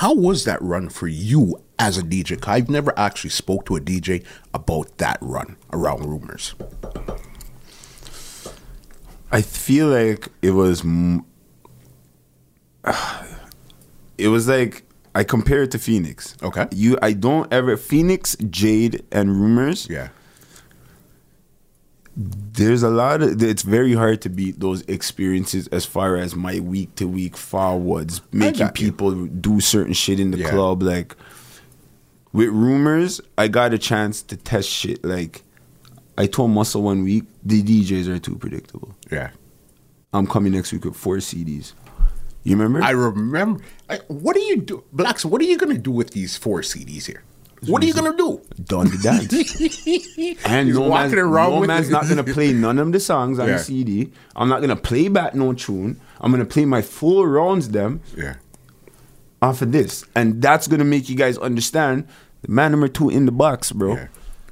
A: How was that run for you as a DJ? 'Cause I've never actually spoke to a DJ about that run around rumors.
D: I feel like it was. m- It was like I compare it to Phoenix.
A: Okay.
D: You, I don't ever Phoenix, Jade, and Rumors.
A: Yeah.
D: There's a lot of. It's very hard to beat those experiences as far as my week to week forwards, making
A: got you.
D: people do certain shit in the
A: Yeah.
D: club. Like with Rumors, I got a chance to test shit. Like I told Muscle one week, the DJs are too predictable.
A: Yeah.
D: I'm coming next week with four CDs. You remember?
A: I remember. I, what do you do, Blacks? What are you gonna do with these four CDs here? What are you gonna do?
D: done the dance. and
A: He's
D: no
A: walking
D: man's,
A: around
D: no
A: with
D: man's
A: it.
D: not gonna play none of the songs on
A: Yeah.
D: the CD. I'm not gonna play back no tune. I'm gonna play my full rounds them
A: Yeah.
D: off of this, and that's gonna make you guys understand. The man number two in the box, bro.
A: Yeah.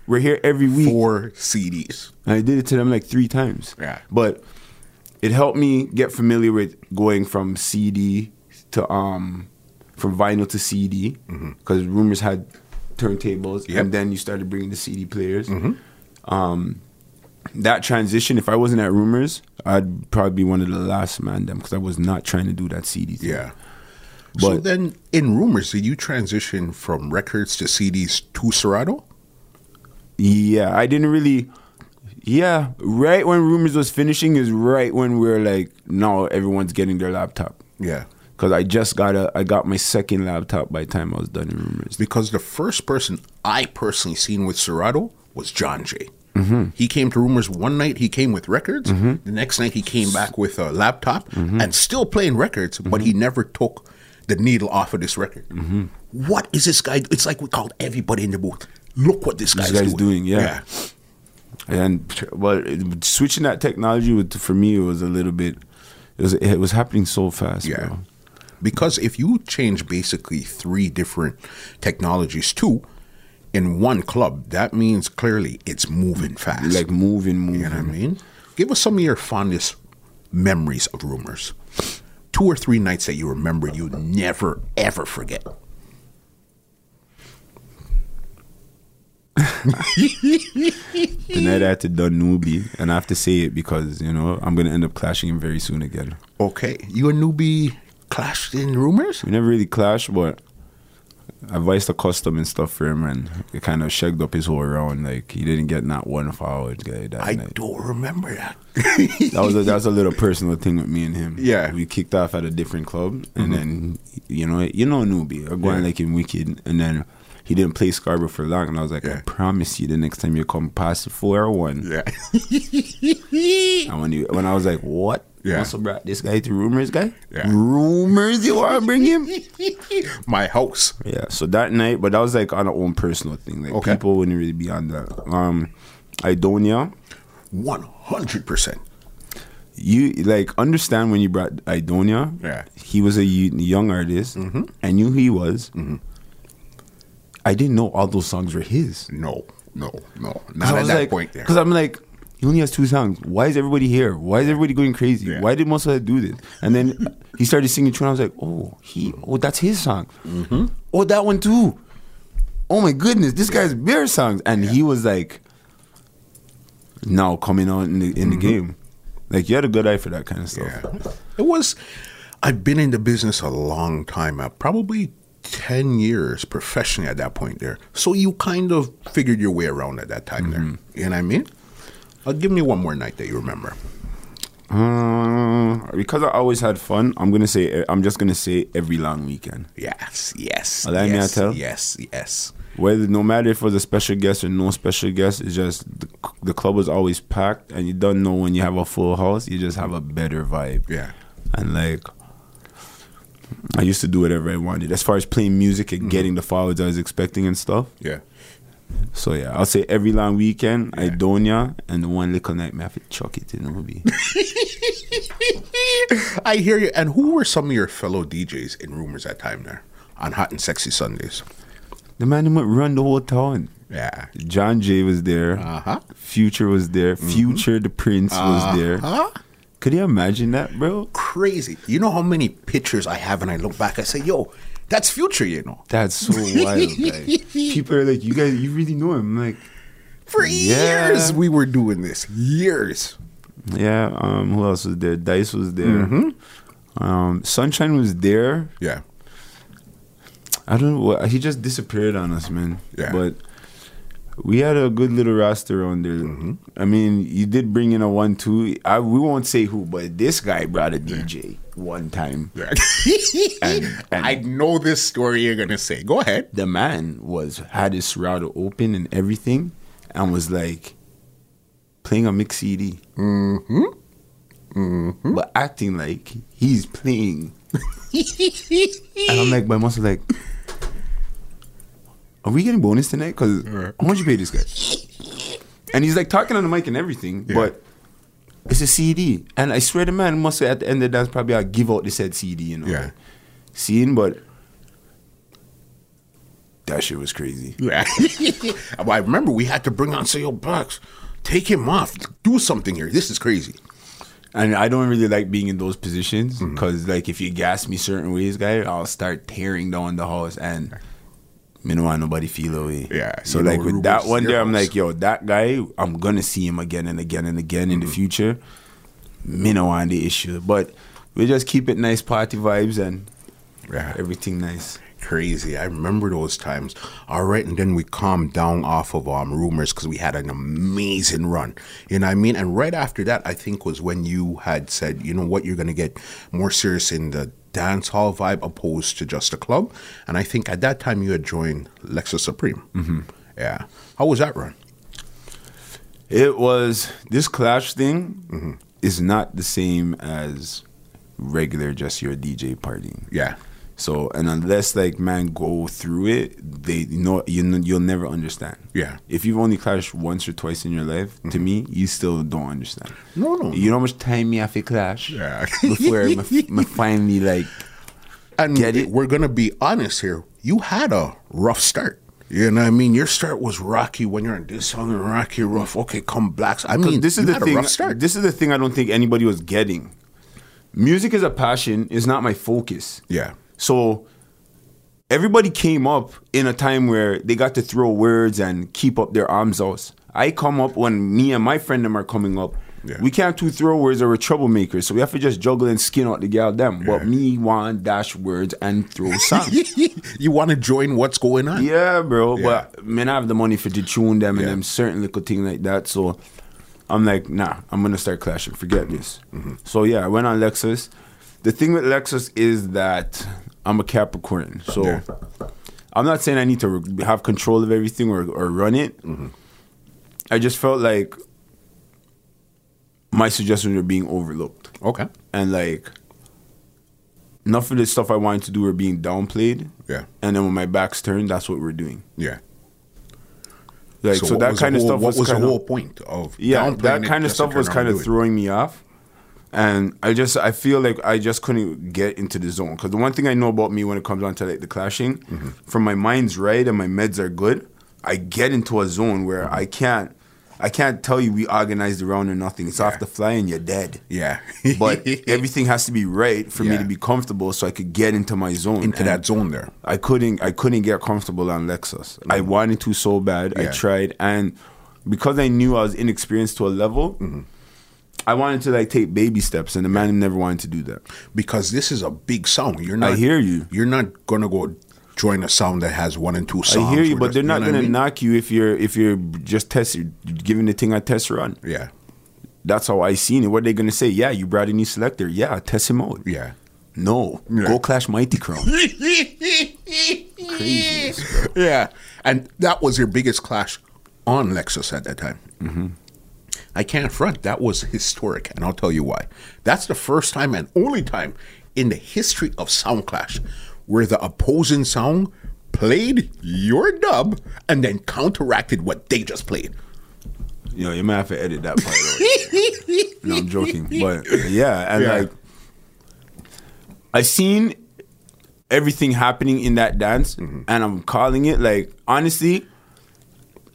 D: We're here every week.
A: Four CDs.
D: And I did it to them like three times.
A: Yeah.
D: But it helped me get familiar with going from CD to um from vinyl to CD because rumors had turntables
A: Mm-hmm. Yep. Mm-hmm.
D: and then you started bringing the CD players. Um that transition, if I wasn't at Rumors, I'd probably be one of the last man them because I was not trying to do that CD thing.
A: Yeah. so
D: But
A: then, in rumors, did you transition from records to CDs to Serato?
D: yeah, I didn't really. Yeah, right when Rumors was finishing is right when we're like, now everyone's getting their laptop.
A: Yeah.
D: Cause I just got a, I got my second laptop by the time I was done in Rumors.
A: Because the first person I personally seen with Serato was John Jay. He came to rumors one night. He came with records. The next night he came back with a laptop and still playing records, but he never took the needle off of this record. What is this guy? It's like we called everybody in the booth. Look what this guy's,
D: guy's doing, yeah.
A: yeah.
D: And but it- switching that technology was, for me it was a little bit, it was it was happening so fast.
A: Yeah.
D: bro.
A: Because if you change basically three different technologies too in one club, that means clearly it's moving fast.
D: like moving, moving.
A: you know what I mean? Give us some of your fondest memories of rumors. Two or three nights that you remember you never ever forget.
D: The night I had to done newbie, and I have to say it because you know I'm gonna end up clashing him very soon again.
A: Okay. You and newbie clashed in rumors?
D: We never really clashed, but I voiced a custom and stuff for him, and it kind of shagged up his whole round. Like he didn't get not one forward guy that
A: I
D: night.
A: don't remember that.
D: That was a, that was a little personal thing with me and him.
A: Yeah. Mm-hmm.
D: we kicked off at a different club, and then you know you know newbie, I'm going
A: Yeah.
D: like in wicked, and then. He didn't play Scarborough for long, and I was like,
A: Yeah.
D: "I promise you, the next time you come past the four or one,
A: yeah.
D: And when, he, when I was like, what?
A: Yeah.
D: Muscle brought this guy to rumors guy?
A: Yeah.
D: Rumors you want to bring him?
A: My house.
D: yeah. So that night, but that was like on our own personal thing. Like
A: Okay.
D: people wouldn't really be on that. Um, Idonia,
A: One hundred percent.
D: you like understand when you brought Idonia?
A: Yeah. Mm-hmm.
D: He was a y- young artist. I knew who he was. I didn't know all those songs were his.
A: No, no, no.
D: Because
A: Not
D: I
A: at
D: was
A: that
D: like,
A: point there.
D: Because I'm like, he only has two songs. Why is everybody here? Why is everybody going crazy?
A: Yeah.
D: Why did Mosala do this? And then he started singing tune. I was like, oh, he, oh, that's his song.
A: Mm-hmm.
D: Oh, that one too. Oh my goodness, this guy's beer songs, and he was like, now coming out in the in the game. Like you had a good eye for that kind of stuff.
A: Mm-hmm. Yeah. It was, I've been in the business a long time, uh, probably 10 years professionally at that point there. So you kind of figured your way around at that time there. You know what I mean? Uh, give me one more night that you remember.
D: Uh, because I always had fun, I'm gonna say I'm just gonna say every long weekend.
A: Yes, yes.
D: Allow me
A: yes,
D: to tell?
A: Yes, yes.
D: Whether no matter if it was a special guest or no special guest, it's just the, the club was always packed, and you don't know when you have a full house, you just have a better vibe.
A: Yeah.
D: and like I used to do whatever I wanted as far as playing music and getting the followers I was expecting and stuff.
A: Yeah.
D: So yeah, I'll say every long weekend, Idonia, and the one little night me have to chuck it in the movie.
A: I hear you. And who were some of your fellow DJs in rumors that time there on Hot and Sexy Sundays?
D: the man who would run the whole town.
A: Yeah.
D: John Jay was there.
A: Uh-huh.
D: Future was there. Future the Prince was there.
A: Huh?
D: Could you imagine that, bro?
A: Crazy. You know how many pictures I have and I look back, I say, yo, that's future, you know.
D: That's so wild. Like, people are like, you guys, you really know him. I'm like,
A: For
D: Yeah.
A: years we were doing this. Years.
D: yeah. Um, who else was there? Dice was there. Um, Sunshine was there.
A: Yeah.
D: I don't know. what- He just disappeared on us, man.
A: Yeah.
D: But we had a good little roster on there. I mean, you did bring in a one-two. I we won't say who, but this guy brought a DJ one time. And- and-
A: I know this story you're gonna say. Go ahead.
D: The man was had his router open and everything, and was like playing a mix CD. Mm-hmm. Mm-hmm. But acting like he's playing. and I'm like, my must like, are we getting bonus tonight? Because how much you pay this guy? And he's like talking on the mic and everything, but it's a CD. And I swear the man must have at the end of the dance probably I give out the said CD, you know.
A: Yeah.
D: Seeing, but that shit was crazy.
A: Yeah. Well, I remember we had to bring on say, yo, Bucks, take him off. Do something here. This is crazy.
D: And I don't really like being in those positions
A: Mm-hmm.
D: because, like, if you gas me certain ways, guy, I'll start tearing down the house. And Me don't want nobody feel away.
A: Yeah,
D: So
A: you know,
D: like with
A: Rubens
D: that one there, I'm
A: Zeros.
D: like, yo, that guy, I'm gonna see him again and again and again in the
A: Mm-hmm.
D: future. Me don't want the issue, but we just keep it nice, party vibes and
A: Yeah.
D: everything nice.
A: crazy. I remember those times. All right, and then we calmed down off of um rumors because we had an amazing run. You know what I mean? And right after that, I think was when you had said, you know what, you're gonna get more serious in the dance hall vibe opposed to just a club. And I think at that time you had joined Lexus Supreme. Mm-hmm. Yeah. How was that run?
D: It was this clash thing
A: Mm-hmm.
D: is not the same as regular just your DJ partying.
A: Yeah.
D: So and unless like man go through it, they you know you n- you'll never understand.
A: Yeah. Mm-hmm.
D: If you've only clashed once or twice in your life, to me, you still don't understand.
A: No, no,
D: You know how much time me have to clash
A: Yeah.
D: before me, f- me finally like
A: And
D: Get it?
A: we're gonna be honest here. You had a rough start. You know what I mean? Your start was rocky when you're in this song and rocky rough. Okay, come blacks. I mean,
D: this is
A: you
D: the
A: had
D: thing.
A: A rough start.
D: This is the thing I don't think anybody was getting. Music is a passion. It's not my focus.
A: yeah,
D: So everybody came up in a time where they got to throw words and keep up their arms out. I come up when me and my friend them are coming up.
A: Yeah.
D: We can't do throw words or we're troublemakers, so we have to just juggle and skin out the gal them. But
A: Yeah.
D: me want dash words and throw songs.
A: you want to join what's going on?
D: yeah, bro.
A: Yeah.
D: But man, I have the money for to tune them
A: Yeah.
D: and them certain little thing like that. So I'm like, nah, I'm gonna start clashing. Forget this.
A: Mm-hmm.
D: So yeah, I went on Lexus. The thing with Lexus is that I'm a Capricorn, so
A: Yeah.
D: I'm not saying I need to re- have control of everything or, or run it.
A: Mm-hmm.
D: I just felt like my suggestions were being overlooked
A: Okay.
D: and like enough of the stuff I wanted to do were being downplayed.
A: Yeah.
D: And then when my back's turned, that's what we're doing.
A: Yeah.
D: Like so,
A: what
D: that
A: was the
D: kind of
A: whole-
D: stuff
A: What was,
D: kinda,
A: the whole point of?
D: yeah,
A: downplaying
D: that
A: it
D: kind of
A: just to
D: stuff was
A: turn around
D: kind of
A: and do it?
D: throwing me off. And I just I feel like I just couldn't get into the zone because the one thing I know about me when it comes down to like the clashing,
A: Mm-hmm.
D: from my mind's right and my meds are good, I get into a zone where
A: Mm-hmm.
D: I can't, I can't tell you we organized around or nothing. It's off the fly and you're dead.
A: Yeah,
D: but everything has to be right for me
A: Yeah.
D: to be comfortable so I could get into my zone.
A: into
D: And
A: that zone there.
D: I couldn't I couldn't get comfortable on Lexus. I wanted to so bad. I
A: Yeah.
D: tried and because I knew I was inexperienced to a level, I wanted to like take baby steps and the man never wanted to do that.
A: because this is a big sound. You're not.
D: hear you.
A: You're not gonna go join a sound that has one and two songs.
D: I hear you,
A: or
D: but
A: just-
D: they're not
A: know what I
D: gonna
A: mean?
D: knock you if you're if you're just test giving the thing a test run.
A: Yeah,
D: That's how I seen it. What are they gonna say? Yeah, you brought a new selector. Yeah, test him out.
A: yeah.
D: No.
A: Yeah.
D: Go clash Mighty Crown.
A: Yeah, and that was your biggest clash on Lexus at that time. Mm-hmm. I can't front. That was historic, and I'll tell you why. That's the first time and only time in the history of sound clash where the opposing sound played your dub and then counteracted what they just played.
D: Yo, you might have to edit that part. Out. no, I'm joking, but yeah, and
A: Yeah.
D: like I seen everything happening in that dance,
A: Mm-hmm.
D: and I'm calling it like honestly.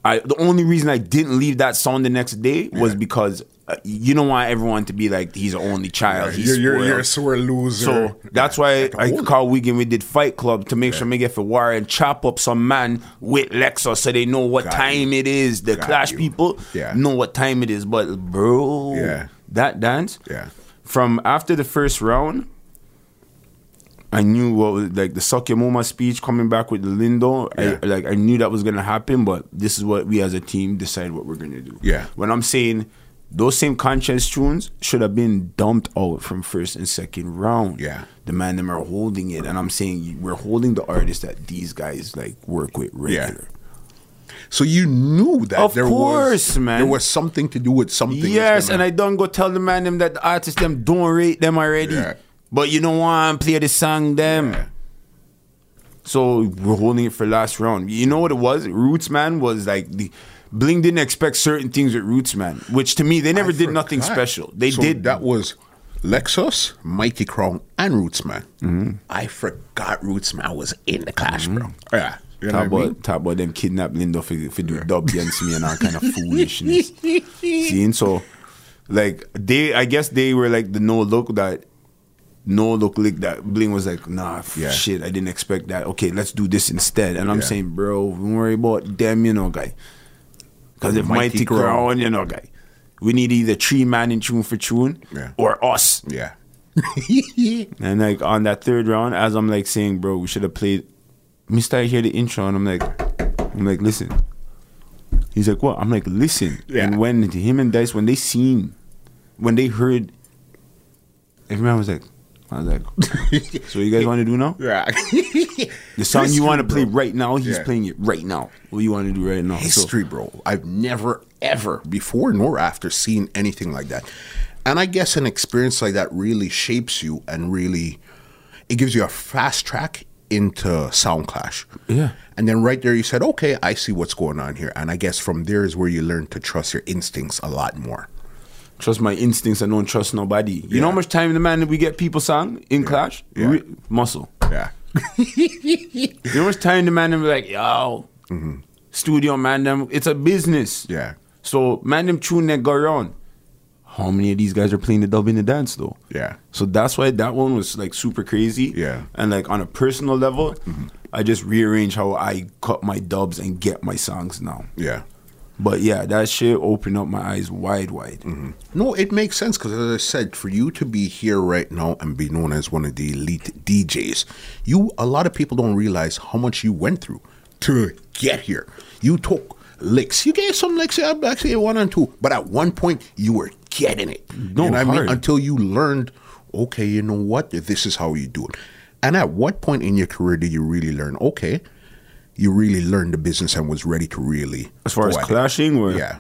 D: I the only reason I didn't leave that song the next day was because uh, you don't want everyone to be like he's an only child. He's
A: You're, you're, you're a
D: spoiled."
A: sore loser.
D: So that's why
A: Like a
D: I
A: woman.
D: call Wigan. We did Fight Club to make sure me get for war and chop up some man with Lexus so they know what
A: Got
D: time it is. The
A: Got
D: Clash
A: you.
D: people
A: Yeah.
D: know what time it is. But bro,
A: Yeah.
D: that dance,
A: Yeah.
D: from after the first round, I knew what was like the Suck Your Mama speech coming back with Lindo.
A: Yeah.
D: I, like I knew that was gonna happen, but this is what we as a team decide what we're gonna do.
A: Yeah.
D: When I'm saying those same conscience tunes should have been dumped out from first and second round.
A: Yeah.
D: The man them are holding it, and I'm saying we're holding the artists that these guys like work with regular.
A: So you knew that
D: Of
A: there was
D: course, man.
A: there was something to do with something. that's
D: Yes,
A: gonna-
D: and I don't go tell the man them that the artist them don't rate them already.
A: Yeah.
D: But you don't want to play the song them.
A: Yeah.
D: So we're holding it for last round. You know what it was? Roots Man was like the Bling didn't expect certain things with Roots Man, which to me they never
A: I
D: did nothing
A: forgot.
D: special. They
A: So
D: did
A: that was Lexus, Mighty Crown, and Rootsman.
D: Mm-hmm.
A: I forgot Rootsman was in the clash, bro. Yeah, you know
D: Talk
A: what I
D: about,
A: mean?
D: talk about them kidnap Linda for, for do dub against me and all kind of foolishness. Seeing so, like they, I guess they were like the no look that no look lick that Bling was like, nah, f-
A: Yeah.
D: shit, I didn't expect that. Okay, let's do this instead. And I'm
A: Yeah.
D: saying, bro, don't worry about them, you know, guy. Because if
A: Mighty
D: Mighty,
A: Crown.
D: Crown, you know, guy, we need either three man in tune for tune
A: Yeah.
D: or us.
A: Yeah.
D: And like on that third round, as I'm like saying, bro, we should have played. Mister, I hear the intro, and I'm like, I'm like, listen. He's like, what? I'm like, listen.
A: Yeah.
D: And when him and Dice, when they seen, when they heard, everyone was like, I was like, so you guys want to do now?
A: Yeah.
D: The song
A: History,
D: you want to play
A: bro.
D: right now, he's
A: Yeah.
D: playing it right now. What you want to do right now? So-
A: history, bro. I've never, ever before nor after seen anything like that. And I guess an experience like that really shapes you and really it gives you a fast track into sound clash.
D: Yeah.
A: And then right there you said, Okay, I see what's going on here. And I guess from there is where you learn to trust your instincts a lot more.
D: trust my instincts and don't trust nobody. You know how much time the man that we get people sang in Clash?
A: Yeah.
D: Re- muscle.
A: Yeah.
D: You know what's time the man them be like, yo, studio man them, it's a business.
A: Mm-hmm. Yeah.
D: So man them tune that go around. How many of these guys are playing the dub in the dance though?
A: Yeah.
D: So that's why that one was like super crazy.
A: Yeah. Mm-hmm.
D: And like on a personal level, I just rearrange how I cut my dubs and get my songs now.
A: Yeah.
D: But yeah, that shit opened up my eyes wide, wide.
A: Mm-hmm. No, it makes sense because, as I said, for you to be here right now and be known as one of the elite DJs, you a lot of people don't realize how much you went through to get here. You took licks. You gave some licks, yeah, actually one and two, but at one point you were getting it.
D: Mm, No,
A: you know what I mean?
D: hard.
A: Until you learned, okay, you know what? This is how you do it. And at what point in your career did you really learn? Okay, you really learned the business and was ready to really
D: As far
A: go
D: as
A: at it.
D: clashing or
A: yeah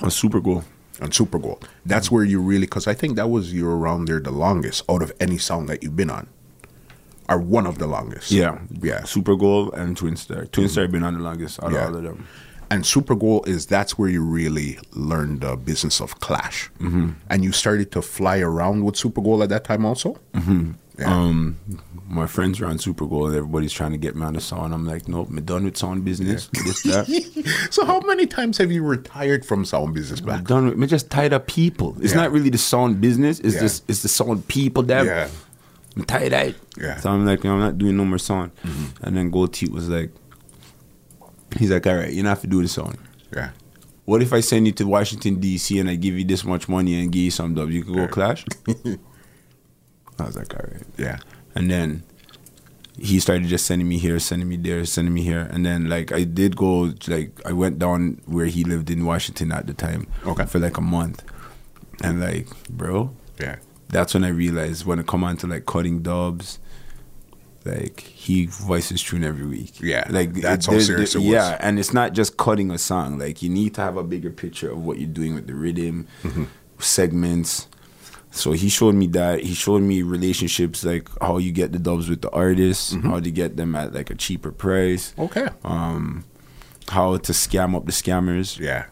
D: a super goal.
A: on Super Gold. That's where you really, because I think that was you around there the longest out of any song that you've been on, or one of the longest.
D: Yeah,
A: yeah. Mm-hmm.
D: Super Goal and Twin Star. Twin Star been on the longest out of all of them.
A: And Super Goal is that's where you really learned the business of clash, mm-hmm. and you started to fly around with Super Goal at that time also. Mm-hmm. Yeah.
D: Um, my friends are on Super Goal and everybody's trying to get me on the sound. I'm like, nope, I'm done with sound business. This, that.
A: so how many times have you retired from sound business
D: I'm
A: back?
D: done with. I'm just tired of people. It's
A: Yeah.
D: not really the sound business. It's
A: Yeah.
D: just it's the sound people that
A: Yeah.
D: I'm tired of. it.
A: Yeah. Mm-hmm.
D: So I'm like, I'm not doing no more sound. And then Gold Teeth was like, he's like, all right, you don't have to do the sound.
A: Yeah.
D: What if I send you to Washington D.C. and I give you this much money and give you some dub? You could go clash. I was like, all right.
A: Yeah.
D: And then he started just sending me here, sending me there, sending me here. And then like I did go like I went down where he lived in Washington at the time.
A: Okay.
D: For like a month. And like, bro,
A: Yeah.
D: that's when I realized when it come on to like cutting dubs, like he voices tune every week.
A: Yeah,
D: Like
A: that's how
D: there's-
A: serious it was.
D: Yeah, and it's not just cutting a song. Like you need to have a bigger picture of what you're doing with the rhythm,
A: Mm-hmm.
D: segments. So he showed me that. He showed me relationships like how you get the dubs with the artists, how to get them at like a cheaper price,
A: Mm-hmm. Okay.
D: how to scam up the scammers.
A: yeah.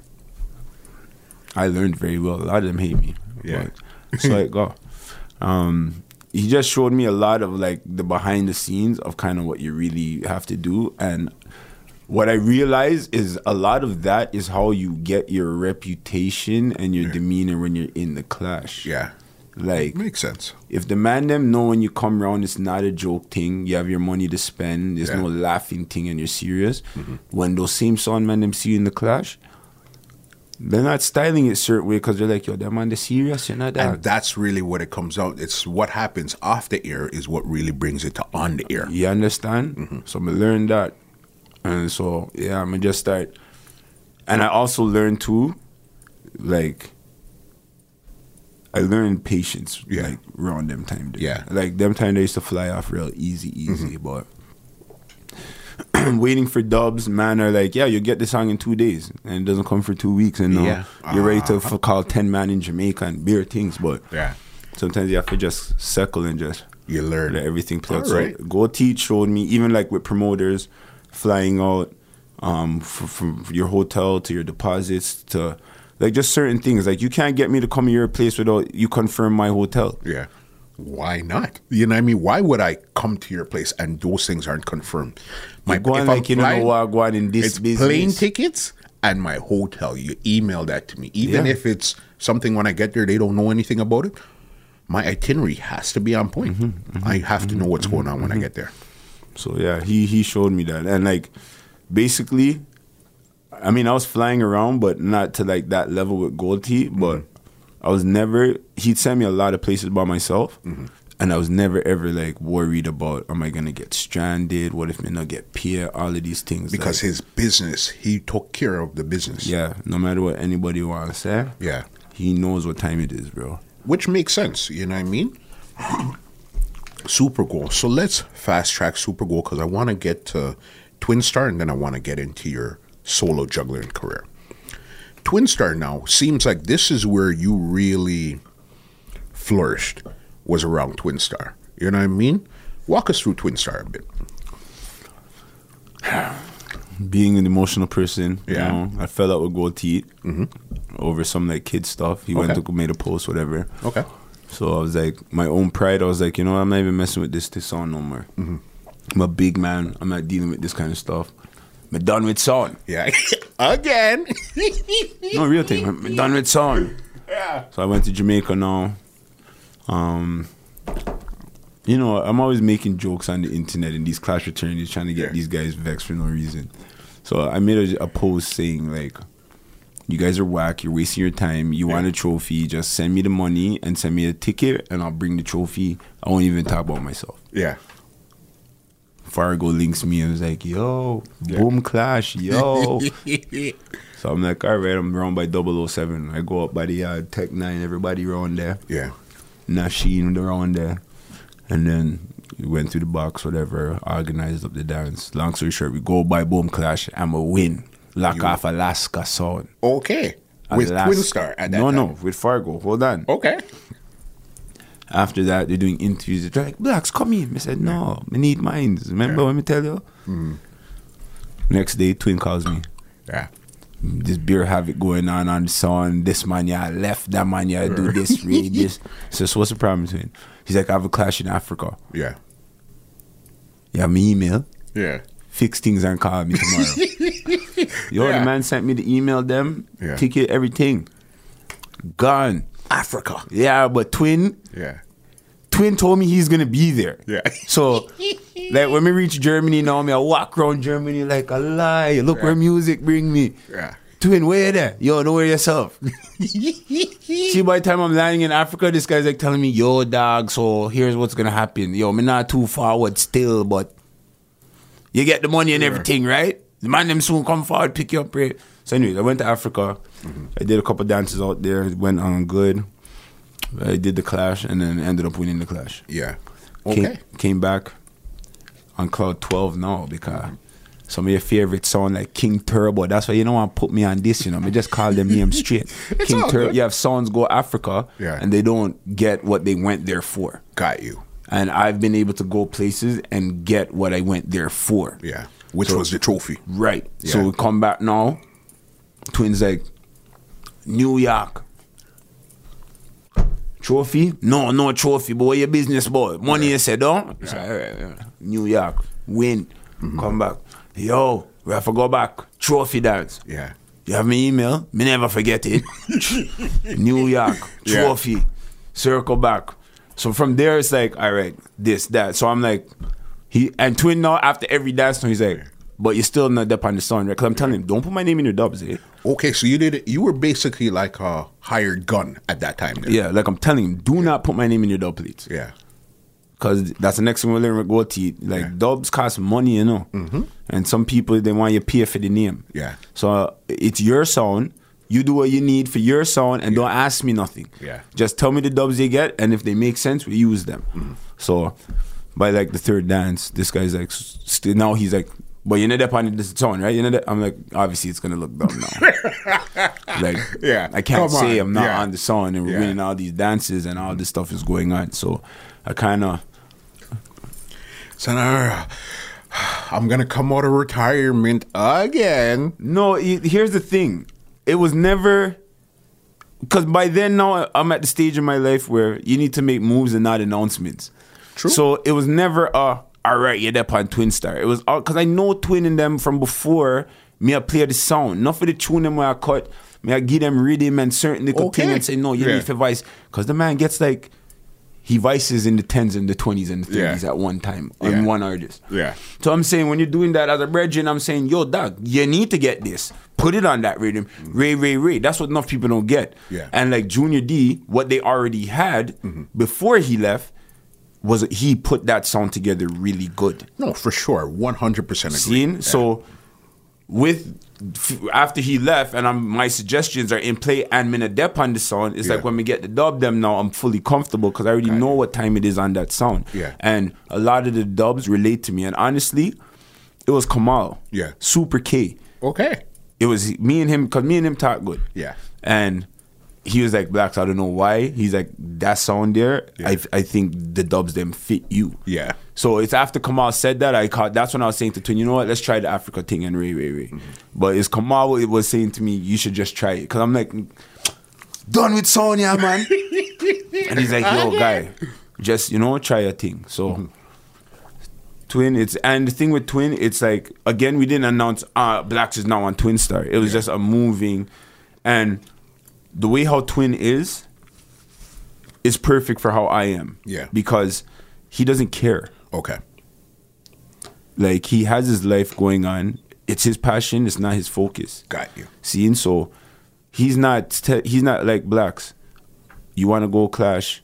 D: I learned very well. A lot of them hate me.
A: Yeah.
D: But, so like, go. Um, he just showed me a lot of like the behind the scenes of kind of what you really have to do, and what I realized is a lot of that is how you get your reputation and your demeanor when you're in the clash.
A: Yeah.
D: Like
A: Makes sense.
D: if the man them know when you come around, it's not a joke thing. You have your money to spend. There's
A: Yeah. Mm-hmm.
D: no laughing thing, and you're serious. When those same sound man them see you in the clash, they're not styling it certain way because they're like, yo, that man, they serious. You're not that.
A: And that's really what it comes out. It's what happens off the air is what really brings it to on the air.
D: you understand?
A: Mm-hmm.
D: So I'm learn that, and so yeah, I'm just start. And I also learned too, like. I learned patience,
A: Yeah.
D: like around them time. there.
A: Yeah. Mm-hmm.
D: like them time they used to fly off real easy, easy, but waiting for dubs, man, are like, yeah, you get the song in two days, and it doesn't come for two weeks, and uh,
A: Yeah. Ah.
D: you're ready to f- call ten man in Jamaica and beer things, but
A: Yeah.
D: sometimes you have to just settle and just
A: You learn.
D: let everything play out.
A: All right.
D: So Go Teach showed me even like with promoters flying out um, from, from your hotel to your deposits to like just certain things. Like you can't get me to come to your place without you confirm my hotel.
A: Yeah. Why not? You know what I mean? Why would I come to your place and those things aren't confirmed? My
D: Go on
A: if
D: like you don't know
A: flying,
D: what I go on in this
A: it's
D: business.
A: plane tickets and my hotel. You email that to me, even
D: Yeah.
A: if it's something when I get there they don't know anything about it. my itinerary has to be on point.
D: Mm-hmm,
A: I have to know what's going on when I get there.
D: So yeah, he he showed me that, and like basically, I mean, I was flying around, but not to like that level with Gold Tea.
A: Mm-hmm.
D: But I was never. He'd send me a lot of places by myself,
A: Mm-hmm.
D: and I was never ever like worried about am I gonna get stranded? What if me not get pier? All of these things
A: Because
D: like,
A: his business, he took care of the business.
D: yeah, no matter what anybody wants to say,
A: Yeah.
D: he knows what time it is, bro.
A: which makes sense. You know what I mean? Super Goal. So let's fast track Super Goal because I want to get to Twin Star and then I want to get into your solo juggling career. Twin Star now seems like this is where you really flourished was around Twin Star. You know what I mean? Walk us through Twin Star a bit.
D: being an emotional person,
A: Yeah. Mm-hmm.
D: you know, I fell out with Gold Teeth over some like kid stuff. He went
A: Okay.
D: to made a post, whatever.
A: Okay.
D: So I was like, my own pride. I was like, you know, I'm not even messing with this this sound no more. I'm a big man. I'm not dealing with this kind of stuff. I'm done with sound.
A: Yeah. Again.
D: No real thing. I'm done with sound. Yeah. So I went to Jamaica now. Um, you know, I'm always making jokes on the internet in these clash fraternities, trying to get
A: Yeah.
D: these guys vexed for no reason. So I made a, a post saying like, "You guys are whack. You're wasting your time. You want a trophy? Just send me the money and send me a ticket, and I'll bring the trophy. I won't even talk about myself."
A: yeah.
D: Fargo links me and was like, "Yo, boom clash, yo." So I'm like, all right, I'm round by 007. I go up by the uh, Tech 9, everybody round there.
A: Yeah.
D: Nasheen around there. And then we went through the box, whatever, organized up the dance. Long story short, we go by Boom Clash. I'm a win. Lock off Alaska Sound.
A: Okay. With
D: Alaska.
A: Twin Star at that
D: No,
A: time.
D: no, with Fargo. Hold on.
A: Okay.
D: After that, they're doing interviews. They're like, Blacks, come in. I said, no, I need minds. Remember when me tell you? Next day, Twin calls me.
A: Yeah.
D: this beer havoc going on on the song. This man, yeah, left that man, yeah, do this, really this. So, so what's the problem between? He's like, I have a clash in Africa.
A: Yeah.
D: Yeah, me email,
A: Yeah.
D: fix things and call me tomorrow. Yo,
A: Yeah.
D: the man sent me the email, them
A: Yeah.
D: ticket, everything, gone.
A: Africa.
D: Yeah, but twin,
A: Yeah.
D: twin told me he's gonna be there.
A: Yeah.
D: So, like when we reach Germany now, me I walk around Germany like a lie. Look where music bring me.
A: Yeah.
D: Twin, where you there? Yo, know where yourself. See, by the time I'm landing in Africa, this guy's like telling me, "Yo, dog. So here's what's gonna happen. Yo, me not too forward still, but you get the money and everything, right? The man them soon come forward, pick you up, right? So, anyways, I went to Africa. I did a couple dances out there. It went on good. I did the clash and then ended up winning the clash.
A: Yeah.
D: Came-
A: Okay.
D: Came, back on Cloud 12 now because some of your favorite sound like King Turbo. That's why you don't want to put me on this, you know. Me just call them name straight. King
A: all
D: Turbo.
A: good.
D: You have sounds go Africa
A: Yeah.
D: and they don't get what they went there for.
A: Got you.
D: And I've been able to go places and get what I went there for.
A: Yeah. Which
D: So-
A: was the trophy.
D: Right. So
A: Yeah.
D: we come back now. Twins like New York. Trophy? No, no trophy, boy. Your business boy. Money you said, no? It's like, all right, all right. New York. Win.
A: Mm-hmm.
D: Come back. Yo, we have to go back. Trophy dance.
A: Yeah.
D: You have my email. Me never forget it. New York
A: Yeah.
D: trophy. Circle back. So from there it's like, all right, this, that. So I'm like, he and twin now after every dance, now he's like, but you're still not up on the song, right? Because I'm telling him, don't put my name in your dubs, eh?
A: Okay, so you did you were basically like a hired gun at that time. then.
D: Yeah, like I'm telling him, do not put my name in your dub plates.
A: Yeah.
D: Cause that's the next thing we're learning with Goatee. Like dubs cost money, you know. And some people they want you to pay for the name.
A: Mm-hmm. Yeah.
D: So uh, it's your sound. You do what you need for your sound, and don't ask me nothing.
A: Yeah.
D: Just tell me the dubs you get, and if they make sense, we use them.
A: Mm-hmm.
D: So by like the third dance, this guy's like, s- st- now he's like, but you know that on this sound, right? You know that I'm like, obviously it's gonna look dumb now. like,
A: Yeah.
D: I can't
A: Come on.
D: say I'm not
A: Yeah.
D: on the song and we're
A: Yeah.
D: winning all these dances and all this stuff is going on. So I kind of
A: So now I'm gonna come out of retirement again.
D: no. he- Here's the thing, it was never because by then now I'm at the stage in my life where you need to make moves and not announcements.
A: True.
D: So it was never uh all right, you're there on Twin Star. It was all because I know Twin and them from before. Me I play the sound, not for the tune them where I cut. Me I give them rhythm and certain little
A: Okay.
D: thing and say no, you
A: Yeah.
D: need for voice because the man gets like he vices in the tens and the twenties and the
A: Yeah.
D: thirties at one time on
A: Yeah.
D: one artist.
A: Yeah.
D: So I'm saying when you're doing that as a brethren, I'm saying, yo, dog, you need to get this. Put it on that rhythm. Ray, ray, ray. That's what enough people don't get.
A: Yeah.
D: And like Junior D, what they already had before he left was he put that sound together really good.
A: No, for sure, one hundred percent agree.
D: Seen? So with f- after he left and I'm, my suggestions are in play and mina dep on the sound it's like
A: Yeah.
D: when we get the dub them now i'm fully comfortable because i already know what time it is on that sound
A: Yeah.
D: and a lot of the dubs relate to me and honestly it was kamal
A: Yeah.
D: super k
A: Okay.
D: it was me and him because me and him talk good.
A: Yeah.
D: And he was like, Blacks, I don't know why. He's like, that sound there, I, I think the dubs them fit you.
A: Yeah.
D: So it's after Kamal said that, I caught, that's when I was saying to Twin, you know what, let's try the Africa thing and Ray, Ray, Ray. But it's Kamal it was saying to me, you should just try it. Because I'm like, done with Sonya, man. and he's like, yo, guy, just, you know, try a thing. So. Twin, it's and the thing with Twin, it's like again we didn't announce uh Blacks is now on Twin Star. It was just a moving, and the way how Twin is, is perfect for how I am.
A: Yeah.
D: because he doesn't care.
A: Okay.
D: Like he has his life going on. It's his passion. It's not his focus.
A: Got you.
D: See, and so he's not te- he's not like blacks. You want to go clash.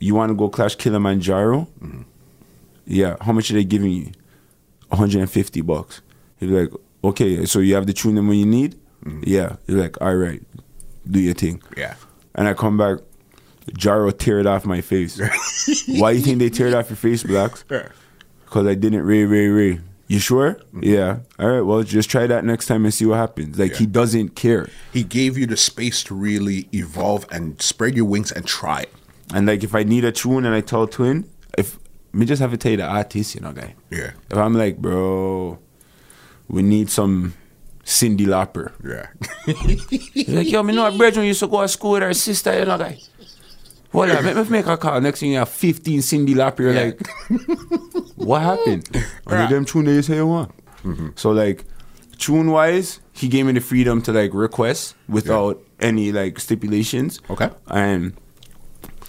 D: You want to go clash Kilimanjaro? Mm-hmm. Yeah. How much are they giving you? 150 bucks. He's like, okay, so you have the tune them when you need. Yeah. You're like, all right, do your thing.
A: Yeah.
D: And I come back, Gyro teared off my face. Why you think they teared off your face, blacks?
A: Yeah.
D: Because I didn't ray, ray, ray. You sure? Yeah. All right, well, just try that next time and see what happens. Like,
A: Mm-hmm. Yeah.
D: he doesn't care.
A: He gave you the space to really evolve and spread your wings and try it.
D: And, like, if I need a tune and I tell Twin, if me just have to tell you the artist, you know, guy.
A: Yeah.
D: If I'm like, bro, we need some Cindy Lauper.
A: Yeah.
D: He's like, yo, me know a brethren used to go to school with her sister, you know, guy. Well, I make, make a call. Next thing you have 15 Cindy Lap, you're like, what happened? Mm-hmm. Under them tune they say you want. So, like, tune wise, he gave me the freedom to, like, request without any, like, stipulations.
A: Okay.
D: And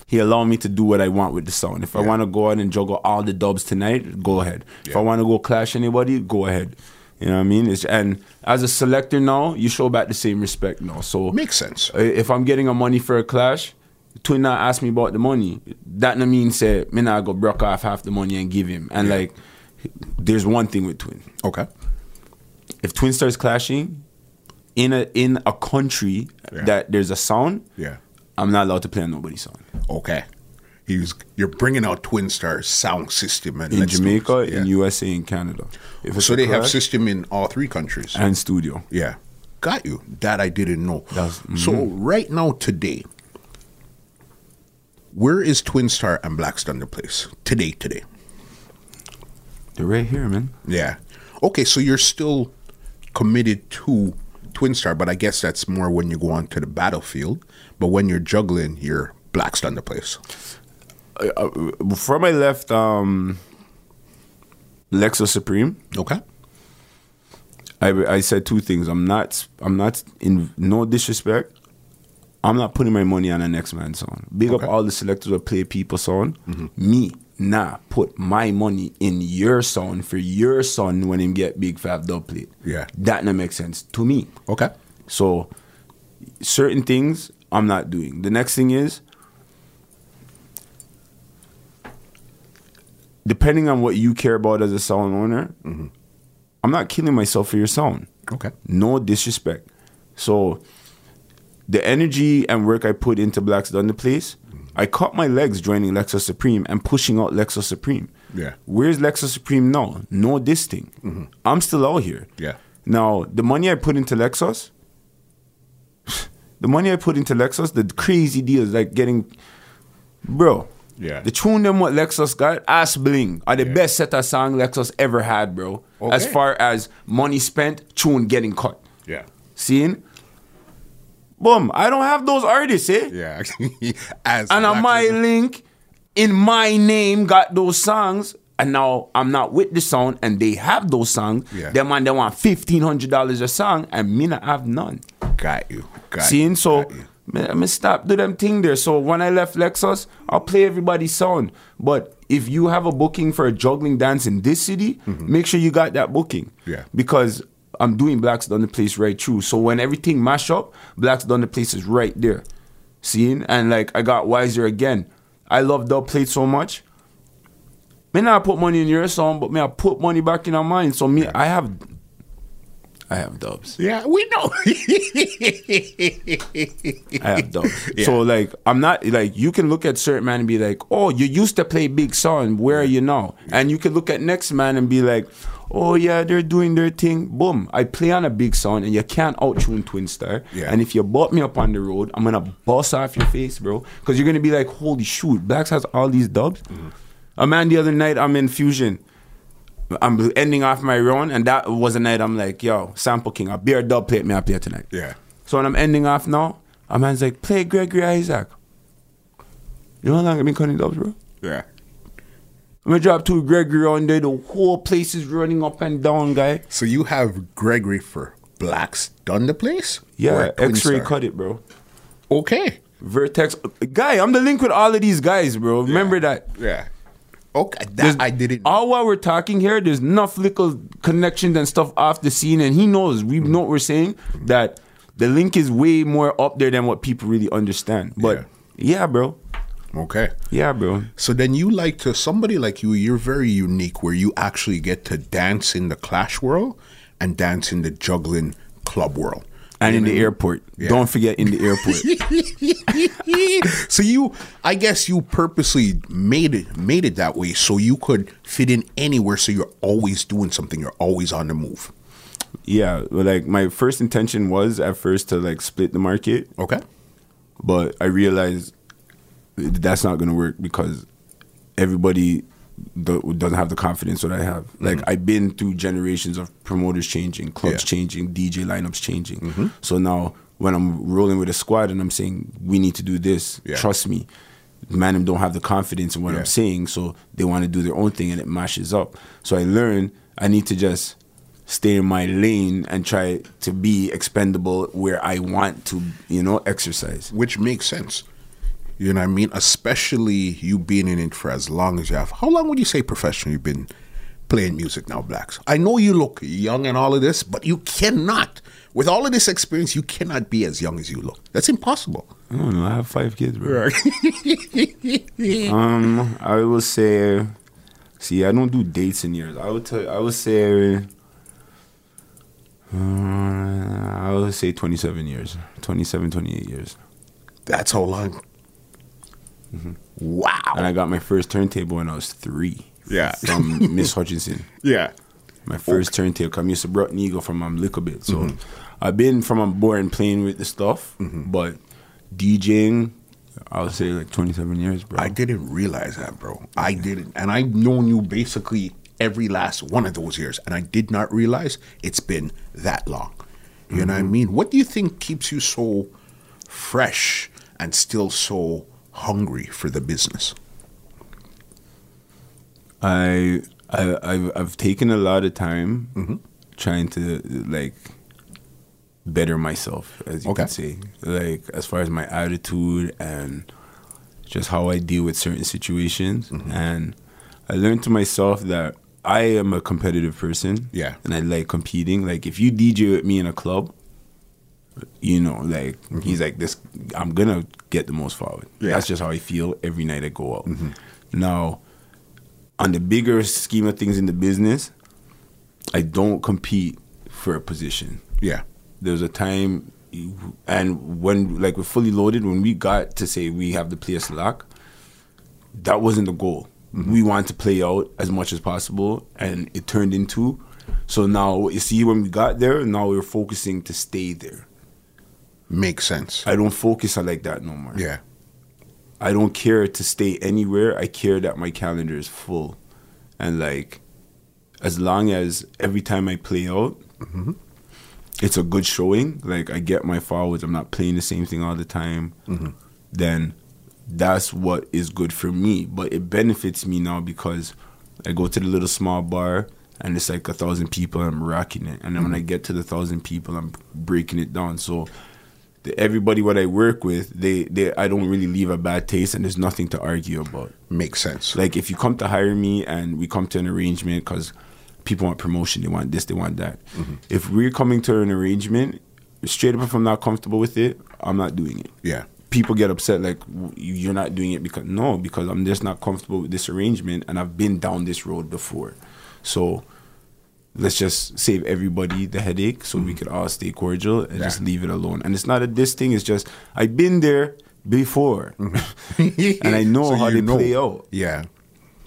D: he allowed me to do what I want with the sound. If I
A: Yeah.
D: want to go out and juggle all the dubs tonight, go ahead. If
A: Yeah.
D: I want to go clash anybody, go ahead. You know what I mean? It's, and as a selector now, you show back the same respect now. So
A: Makes sense.
D: uh, If I'm getting a money for a clash, twin not ask me about the money. That no mean say me not go broke off half the money and give him. And like, there's one thing with twin.
A: Okay.
D: If twin starts clashing, in a in a country
A: Yeah.
D: that there's a sound,
A: Yeah.
D: I'm not allowed to play on nobody's sound.
A: Okay. He's you're bringing out Twin Star's sound system and
D: in
A: let's do
D: Jamaica,
A: this.
D: in
A: Yeah.
D: USA, in Canada. If it's
A: So
D: a
A: they have
D: collab-
A: system in all three countries.
D: and studio.
A: Yeah. Got you. That I didn't know.
D: That's- mm-hmm.
A: So right now today, where is Twin Star and Black Thunder place? Today, today.
D: They're right here, man.
A: Yeah. Okay, so you're still committed to Twin Star, but I guess that's more when you go onto the battlefield. But when you're juggling, you're Black Thunder place.
D: Before I left, um, Lexus Supreme.
A: Okay.
D: I, I said two things. I'm not. I'm not in no disrespect. I'm not putting my money on the next man's song. Big
A: Okay. Mm-hmm.
D: up all the selectors that play people song. Me nah put my money in your song for your son when him get big fab dub plate.
A: Yeah.
D: that not make sense to me.
A: Okay.
D: So certain things I'm not doing. The next thing is depending on what you care about as a sound owner, I'm not killing myself for your sound.
A: Okay.
D: No disrespect. So the energy and work I put into Blacks Done the Place, I cut my legs joining Lexus Supreme and pushing out Lexus Supreme.
A: Yeah.
D: Where's Lexus Supreme now? No this thing. I'm still out here.
A: Yeah.
D: Now, the money I put into Lexus, the money I put into Lexus, the crazy deals like getting, bro.
A: Yeah.
D: The tune them what Lexus got, Ass Bling, are the best set of song Lexus ever had, bro. As
A: Okay.
D: far as money spent, tune getting cut.
A: Yeah.
D: Seeing? Boom. I don't have those artists, eh?
A: Yeah. As
D: And on
A: Black
D: my
A: Thunder-
D: link, in my name, got those songs. And now I'm not with the sound, and they have those songs.
A: Yeah.
D: Them man, they want fifteen hundred dollars a song, and me not have none.
A: Got you. Got
D: Seeing so,
A: got you.
D: Me, me stop do them thing there. So when I left Lexus, I'll play everybody's sound. But if you have a booking for a juggling dance in this city, make sure you got that booking.
A: Mm-hmm. Yeah.
D: Because I'm doing Blacks Done the Place right through. So when everything mash up, Blacks Done the Place is right there. Seeing? And like I got wiser again. I love Dub Plate so much. May not put money in your song, but may I put money back in our mine. So me I have I have dubs.
A: Yeah, we know.
D: I have dubs. So like I'm not like you can look at certain man and be like, oh, you used to play big song. Where are you now? And you can look at next man and be like, oh yeah, they're doing their thing. Boom, I play on a big song and you can't out tune Twin Star.
A: Yeah.
D: And if you bought me up on the road, I'm gonna bust off your face, bro, because you're gonna be like, holy shoot, Blacks has all these dubs. A man the other night I'm in Fusion. I'm ending off my run, and that was a night I'm like, yo, Sample King, a beer dub plate me up here tonight.
A: Yeah.
D: So when I'm ending off now, a man's like, play Gregory Isaac. You know how long I've been cutting dubs, bro?
A: yeah.
D: I'm gonna drop two Gregory on there, the whole place is running up and down, guy.
A: So you have Gregory for Blacks done the place?
D: Yeah,
A: Or Twin
D: X ray
A: Star?
D: cut it, bro.
A: Okay.
D: Vertex. Guy, I'm the link with all of these guys, bro. Remember that.
A: Yeah. Okay, that
D: There's- Ah.
A: I didn't. know.
D: All while we're talking here, there's enough little connections and stuff off the scene, and he knows we
A: Mm.
D: know what we're saying that the link is way more up there than what people really understand. But yeah, bro,
A: Okay.
D: yeah, bro.
A: So then you like to somebody like you, you're very unique where you actually get to dance in the clash world and dance in the juggling club world.
D: And in the airport, don't forget in the airport.
A: so you I guess you purposely made it made it that way so you could fit in anywhere so you're always doing something, you're always on the move.
D: yeah, but, like my first intention was at first to like split the market,
A: Okay?
D: but I realized that's not gonna work because everybody do- doesn't have the confidence that I have.
A: Mm-hmm.
D: Like I've been through generations of promoters changing, clubs
A: Yeah. Mm-hmm.
D: changing, DJ lineups changing. So now when I'm rolling with a squad and I'm saying we need to do this,
A: Yeah.
D: trust me, man, them don't have the confidence in what
A: Yeah.
D: I'm saying, so they want to do their own thing and it mashes up. So I learned I need to just stay in my lane and try to be expendable where I want to, you know, exercise.
A: Which makes sense. You know what I mean? Especially you being in it for as long as you have. How long would you say professionally you've been playing music now, Blacks? I know you look young and all of this, but you cannot. With all of this experience, you cannot be as young as you look. That's impossible.
D: I don't know. I have five kids, bro. um, I would say, see, I don't do dates in years. I would tell, I would say, uh, I would say 27 years, 27, 28 years.
A: That's how long.
D: And
A: Wow.
D: I got my first turntable when I was three.
A: Yeah.
D: From Miss Hutchinson.
A: Yeah.
D: My first turntable. 'cause I'm used to brought Nego from I'm little bit. So
A: Mm-hmm.
D: I've been from I'm born playing with the stuff, but DJing, I would say like 27 years, bro.
A: I didn't realize that, bro. I didn't. And I've known you basically every last one of those years. And I did not realize it's been that long. You know what I
D: Mm-hmm.
A: mean? What do you think keeps you so fresh and still so hungry for the business?
D: I, I I've, I've taken a lot of time
A: Mm-hmm.
D: trying to like better myself, as you
A: Okay.
D: can say, like as far as my attitude and just how I deal with certain situations.
A: Mm-hmm.
D: And I learned to myself that I am a competitive person.
A: Yeah.
D: and I like competing. Like if you DJ with me in a club. You know, like he's like this. I'm gonna get the most forward.
A: Mm-hmm. Yeah. Mm-hmm.
D: That's just how I feel every night I go out. Now, on the bigger scheme of things in the business, I don't compete for a position.
A: Yeah.
D: There was a time, you- and when like we're fully loaded, when we got to say we have the place lock, that wasn't the goal. We wanted to play out as much as possible, and it turned into. So now what you see when we got there, now we're focusing to stay there.
A: Makes sense.
D: I don't focus on like that no more.
A: Yeah.
D: I don't care to stay anywhere. I care that my calendar is full. And like, as long as every time I play out, it's a good showing, like I get my forwards, I'm not playing the same thing all the time, then that's what is good for me. But it benefits me now because I go to the little small bar and it's like a thousand people, I'm rocking it. And then when I get to the thousand people, I'm breaking it down. So the, everybody what I work with, they, they I don't really leave a bad taste, and there's nothing to argue about.
A: Makes sense.
D: Like if you come to hire me and we come to an arrangement because people want promotion, they want this, they want that.
A: Mm-hmm.
D: If we're coming to an arrangement, straight up, if I'm not comfortable with it, I'm not doing it.
A: Yeah.
D: People get upset like "W- you- you're not doing it because no, because I'm just not comfortable with this arrangement, and I've been down this road before. So let's just save everybody the headache so
A: Mm-hmm.
D: we could all stay cordial and just leave it alone. And it's not a diss thing, it's just I've been there before. and I know
A: Mm-hmm. So
D: how
A: you
D: they
A: know.
D: play out.
A: Yeah.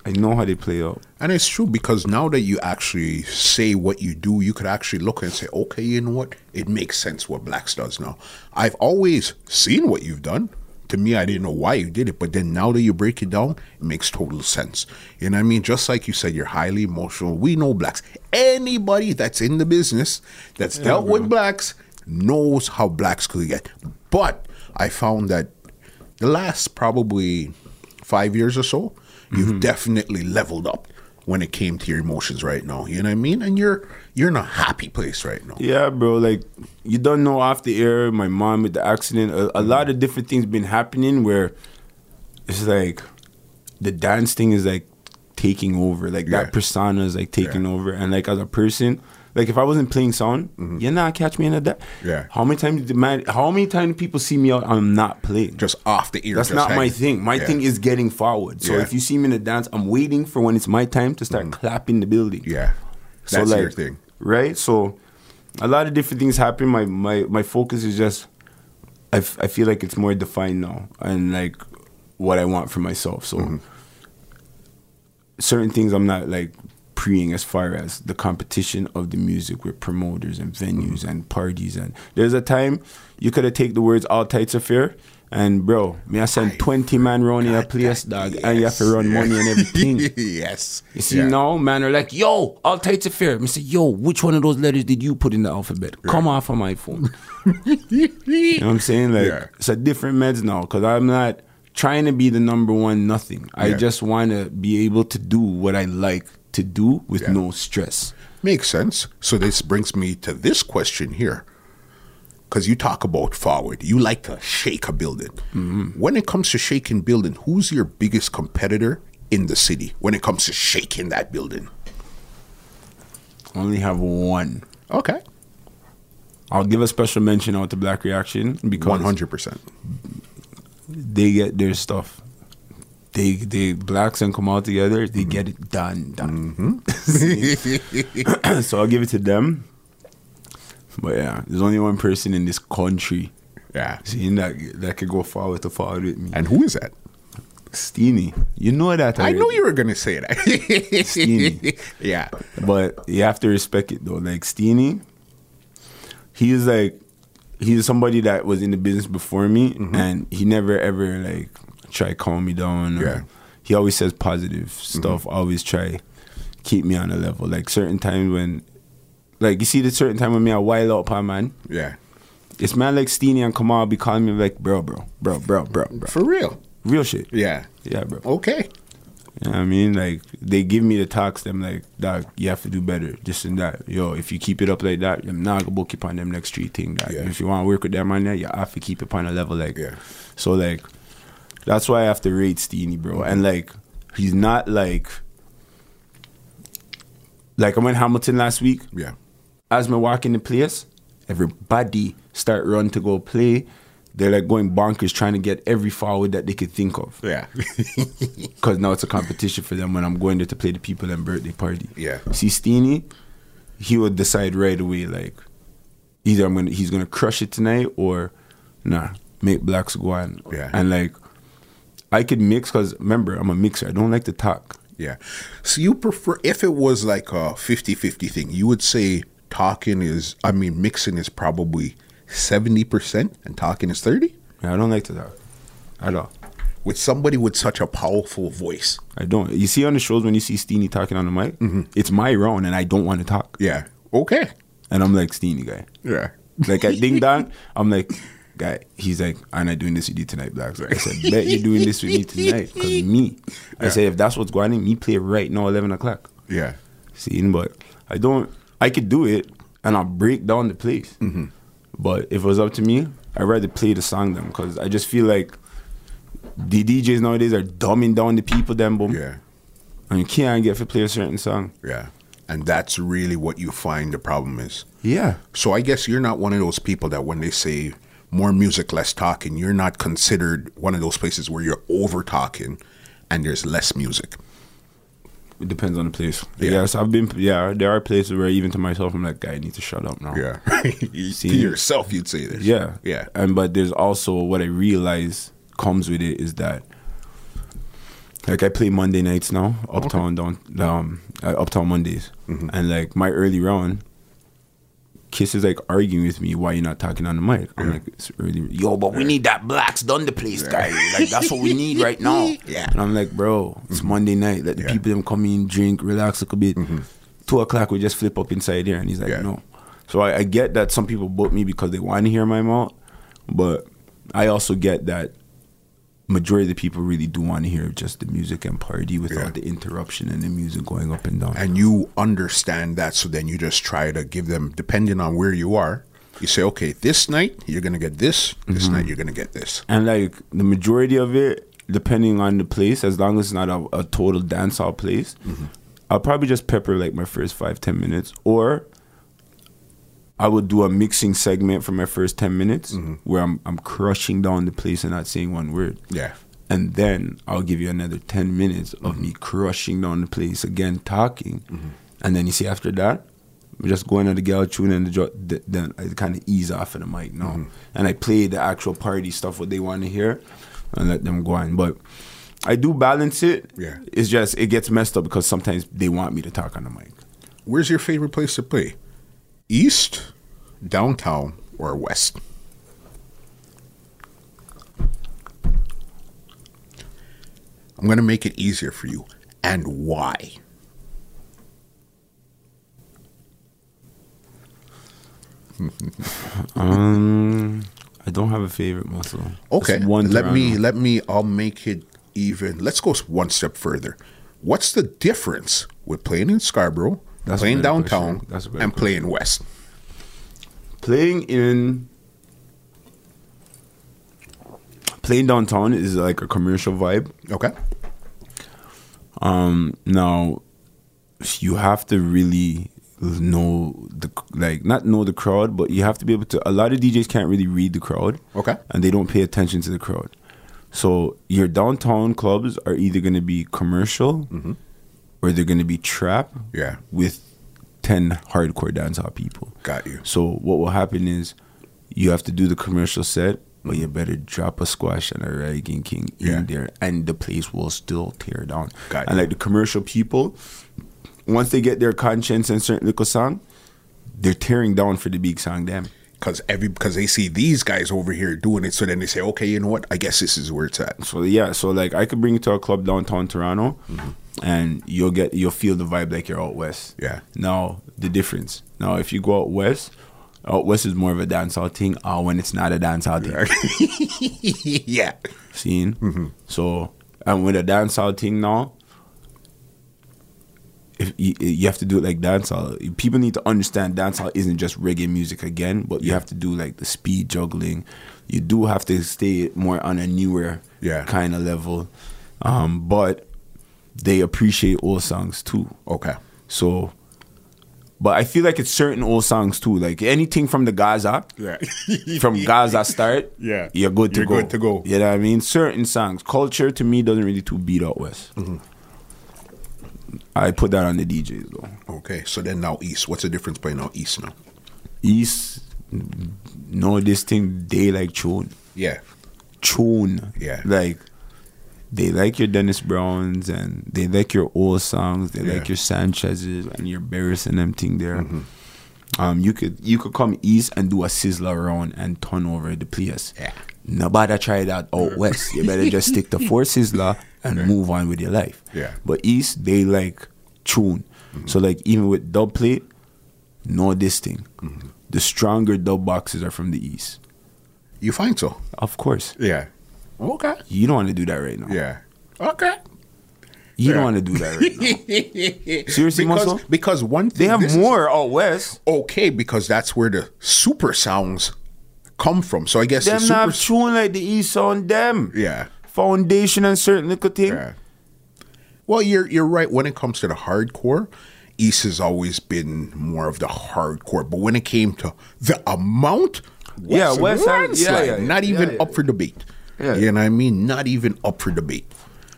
D: I know how they play out.
A: And it's true because now that you actually say what you do, you could actually look and say, okay, you know what? It makes sense what Blacks does now. I've always seen what you've done. To me, I didn't know why you did it, but then now that you break it down, it makes total sense. You know what I mean? Just like you said, you're highly emotional. We know blacks. Anybody that's in the business that's dealt with blacks knows how blacks could get. But I found that the last probably five years or so,
D: Mm-hmm.
A: you've definitely leveled up when it came to your emotions right now. You know what I mean? And you're you're in a happy place right now.
D: Yeah, bro. Like you don't know off the air. My mom with the accident. A, a lot of different things been happening where it's like the dance thing is like taking over. Like
A: Yeah.
D: that persona is like taking
A: Yeah.
D: over. And like as a person, like if I wasn't playing sound, you're not catch me in a da-
A: Mm-hmm. Yeah.
D: How many times did man? How many times do people see me out? I'm not playing.
A: Just off the ear.
D: That's
A: just
D: not my
A: hanging.
D: thing. My
A: Yeah.
D: thing is getting forward. So
A: Yeah. Mm-hmm.
D: if you see me in a dance, I'm waiting for when it's my time to start clapping the building.
A: yeah. That's
D: so like,
A: your thing.
D: right? So a lot of different things happen. My my my focus is just I, f- I feel like it's more defined now and like what I want for myself. So
A: Mm-hmm.
D: certain things I'm not like preying as far as the competition of the music with promoters and venues
A: Mm-hmm.
D: and parties and there's a time you could have take the words all tights affair and bro me I send 20 man round your place dog and you have to run money and everything
A: yes.
D: you see
A: Yeah.
D: now, man, are like, yo, all tights are fair. I say, yo, which one of those letters did you put in the alphabet? Come off of my phone. you know what I'm saying? Like,
A: Yeah.
D: it's a different meds now because I'm not trying to be the number one nothing. I
A: Yeah.
D: just want to be able to do what I like to do with
A: Yeah.
D: no stress.
A: Makes sense. So this brings me to this question here. Because you talk about forward, you like to shake a building.
D: Mm-hmm.
A: When it comes to shaking building, who's your biggest competitor in the city when it comes to shaking that building?
D: I only have one.
A: Okay,
D: I'll give a special mention out to Black Reaction because
A: one hundred percent.
D: they get their stuff. They, they blacks and come out together. They
A: Mm-hmm.
D: get it done, done.
A: Mm-hmm.
D: so I'll give it to them. But yeah, there's only one person in this country
A: Yeah.
D: seeing that that could go forward to forward with me. And
A: And who is that?
D: Steenie, you know that.
A: I
D: already.
A: knew you were gonna say that.
D: Steenie.
A: yeah.
D: But you have to respect it though. Like Steenie, he is like he is somebody that was in the business before me, and he never ever like try calm me down. or-
A: Yeah.
D: he always says positive stuff. Always try keep me on a level. Like certain times when, like you see the certain time when me I wild out, pa man.
A: Yeah.
D: It's man like Steenie and Kamal be calling me like bro, bro, bro, bro, bro, bro.
A: For real.
D: Real shit.
A: Yeah.
D: Yeah, bro.
A: Okay.
D: You know what I mean? Like they give me the talks, them like, dog, you have to do better, this and that. Yo, if you keep it up like that, I'm not gonna book you on them next street thing, dog.
A: Yeah.
D: If you wanna work with them on that, you have to keep it on a level like
A: Yeah.
D: so like that's why I have to rate Steenie, bro. And like he's not like like I'm in Hamilton last week
A: Yeah.
D: as me walk in the place, everybody start run to go play. They're like going bonkers trying to get every forward that they could think of.
A: Yeah.
D: Because now it's a competition for them when I'm going there to play the people and birthday party.
A: Yeah.
D: See, Steenie, he would decide right away, like, either I'm gonna he's gonna crush it tonight or nah, make blacks go on.
A: Yeah.
D: And like I could mix because remember, I'm a mixer. I don't like to talk.
A: yeah. So you prefer if it was like a 50-50 thing, you would say talking is I mean mixing is probably 70% and talking is 30
D: I don't like to talk at all.
A: with somebody with such a powerful voice.
D: I don't. You see on the shows when you see Steenie talking on the mic, it's my round and I don't want to talk.
A: Mm-hmm. Yeah. Okay.
D: And I'm like, Steenie guy.
A: Yeah.
D: Like at Ding Dong, I'm like, guy, he's like, I'm not doing this with you tonight, Blacks. I said, bet you're doing this with me tonight, because me. I said, if that's what's going on, me play right now, 11 o'clock.
A: Yeah.
D: Seeing, but I don't, I could do it and I'll break down the place. But if it was up to me, I rather play the song them because I just feel like the DJs nowadays are dumbing down the people them boom.
A: Yeah.
D: And you can't get to play a certain song.
A: Yeah. And that's really what you find the problem is.
D: Yeah.
A: So I guess you're not one of those people that when they say more music, less talking, you're not considered one of those places where you're over talking and there's less music.
D: It depends on the place.
A: Yeah.
D: Yeah. Yes, I've been. Yeah, there are places where even to myself, I'm like, I need to shut up now.
A: Yeah. You- to
D: See?
A: yourself, you'd say this.
D: Yeah.
A: Yeah.
D: And but there's also what I realize comes with it is that like I play Monday nights now, uptown down um uh, uptown Mondays.
A: Mm-hmm.
D: And like my early round Kiss is like arguing with me why you're not talking on the mic. I'm like, it's early. Yo, but we need that blacks done the place guy. Like that's what we need right now.
A: Yeah. Mm-hmm.
D: And I'm like, bro, it's Monday night. Let the
A: Yeah. Mm-hmm.
D: people them come in, drink, relax a little bit. Two o'clock, we just flip up inside here. And he's like,
A: Yeah.
D: no. So I, I get that some people book me because they want to hear my mouth, but I also get that majority of the people really do want to hear just the music and party without
A: Yeah.
D: the interruption and the music going up and down.
A: And you understand that. So then you just try to give them, depending on where you are, you say, okay, this night you're going to get this, this
D: Mm-hmm.
A: night you're going to get this.
D: and like the majority of it, depending on the place, as long as it's not a, a total dance hall place, I'll probably just pepper like my first five ten minutes, or I would do a mixing segment for my first ten minutes where I'm I'm crushing down the place and not saying one word.
A: Yeah.
D: And then I'll give you another ten minutes of me crushing down the place again, talking, and then you see after that. I'm just going on the gal tune and the, jo- the then I kind of ease off of the mic now, and I play the actual party stuff what they want to hear, and let them go on. But I do balance it.
A: Yeah.
D: it's just it gets messed up because sometimes they want me to talk on the mic.
A: Where's your favorite place to play? East, downtown, or west? I'm going to make it easier for you. And why?
D: Um, I don't have a favorite muscle.
A: Okay.
D: Just one
A: let me
D: Toronto.
A: let me I'll make it even. Let's go one step further. What's the difference with playing in Scarborough,
D: That's a
A: playing
D: better question.
A: downtown,
D: That's a better
A: and
D: question.
A: playing west?
D: playing in playing downtown is like a commercial vibe.
A: Okay.
D: Now, you have to really know the like not know the crowd, but you have to be able to. A lot of DJs can't really read the crowd.
A: Okay.
D: and they don't pay attention to the crowd. So your downtown clubs are either going to be commercial, or they're going to be trap.
A: Mm-hmm. Yeah.
D: with ten hardcore dancehall people.
A: Got you.
D: So what will happen is you have to do the commercial set, but you better drop a squash and a reggae king
A: Mm-hmm. Yeah.
D: in there, and the place will still tear down.
A: Got
D: and
A: you.
D: like the commercial people, once they get their conscience and certain little song, they're tearing down for the big song. Damn.
A: Cause every because they see these guys over here doing it, so then they say, okay, you know what? I guess this is where it's at.
D: So yeah, so like I could bring you to a club downtown Toronto,
A: Mm-hmm.
D: and you'll get you'll feel the vibe like you're out west.
A: Yeah.
D: Now the difference. Now if you go out west, out west is more of a dancehall thing. Uh, when it's not a dancehall thing,
A: yeah.
D: seen. So and with a dancehall thing now, if you, you have to do it like dancehall. People need to understand dancehall isn't just reggae music again, but you have to do like the speed juggling. You do have to stay more on a newer
A: Yeah.
D: kind of level, um, but they appreciate old songs too.
A: Okay.
D: So, but I feel like it's certain old songs too, like anything from the Gaza
A: Yeah.
D: from Gaza start,
A: Yeah.
D: you're good to
A: You're
D: go.
A: good to go.
D: You know what I mean? Certain songs, culture to me doesn't really too beat out West.
A: Mm-hmm.
D: I put that on the DJs though.
A: Okay. So then now east. What's the difference playing now east now?
D: East, know this thing they like tune,
A: Yeah.
D: tune.
A: Yeah.
D: like they like your Dennis Browns and they like your old songs. They
A: Yeah. Mm-hmm.
D: like your Sanchez's and your Barris and them thing there. Um, you could you could come east and do a sizzler round and turn over the place.
A: Yeah. Mm-hmm.
D: Nobody try that out west. You better just stick to four sizzler and move on with your life.
A: Yeah. Mm-hmm.
D: But east they like tune. So like even with dub plate, no this thing.
A: Mm-hmm.
D: The stronger dub boxes are from the east.
A: You find so?
D: Of course.
A: Yeah. Okay.
D: You don't want to do that right now.
A: Yeah. Okay.
D: You
A: Yeah.
D: don't want to do that right now. Seriously,
A: because,
D: Muscle?
A: because one
D: They
A: thing
D: have
A: this is
D: more out west.
A: okay because that's where the super sounds come from. So I guess the
D: Them
A: super,
D: not tune like the East on them.
A: Yeah.
D: Foundation and certain little thing.
A: Yeah. Well, you're you're right. When it comes to the hardcore, East has always been more of the hardcore. But when it came to the amount,
D: Yeah,
A: West
D: West had-
A: landslide,
D: yeah, yeah, yeah.
A: not
D: Yeah,
A: even
D: yeah,
A: up for debate.
D: Yeah.
A: You know what I mean? Not even up for debate.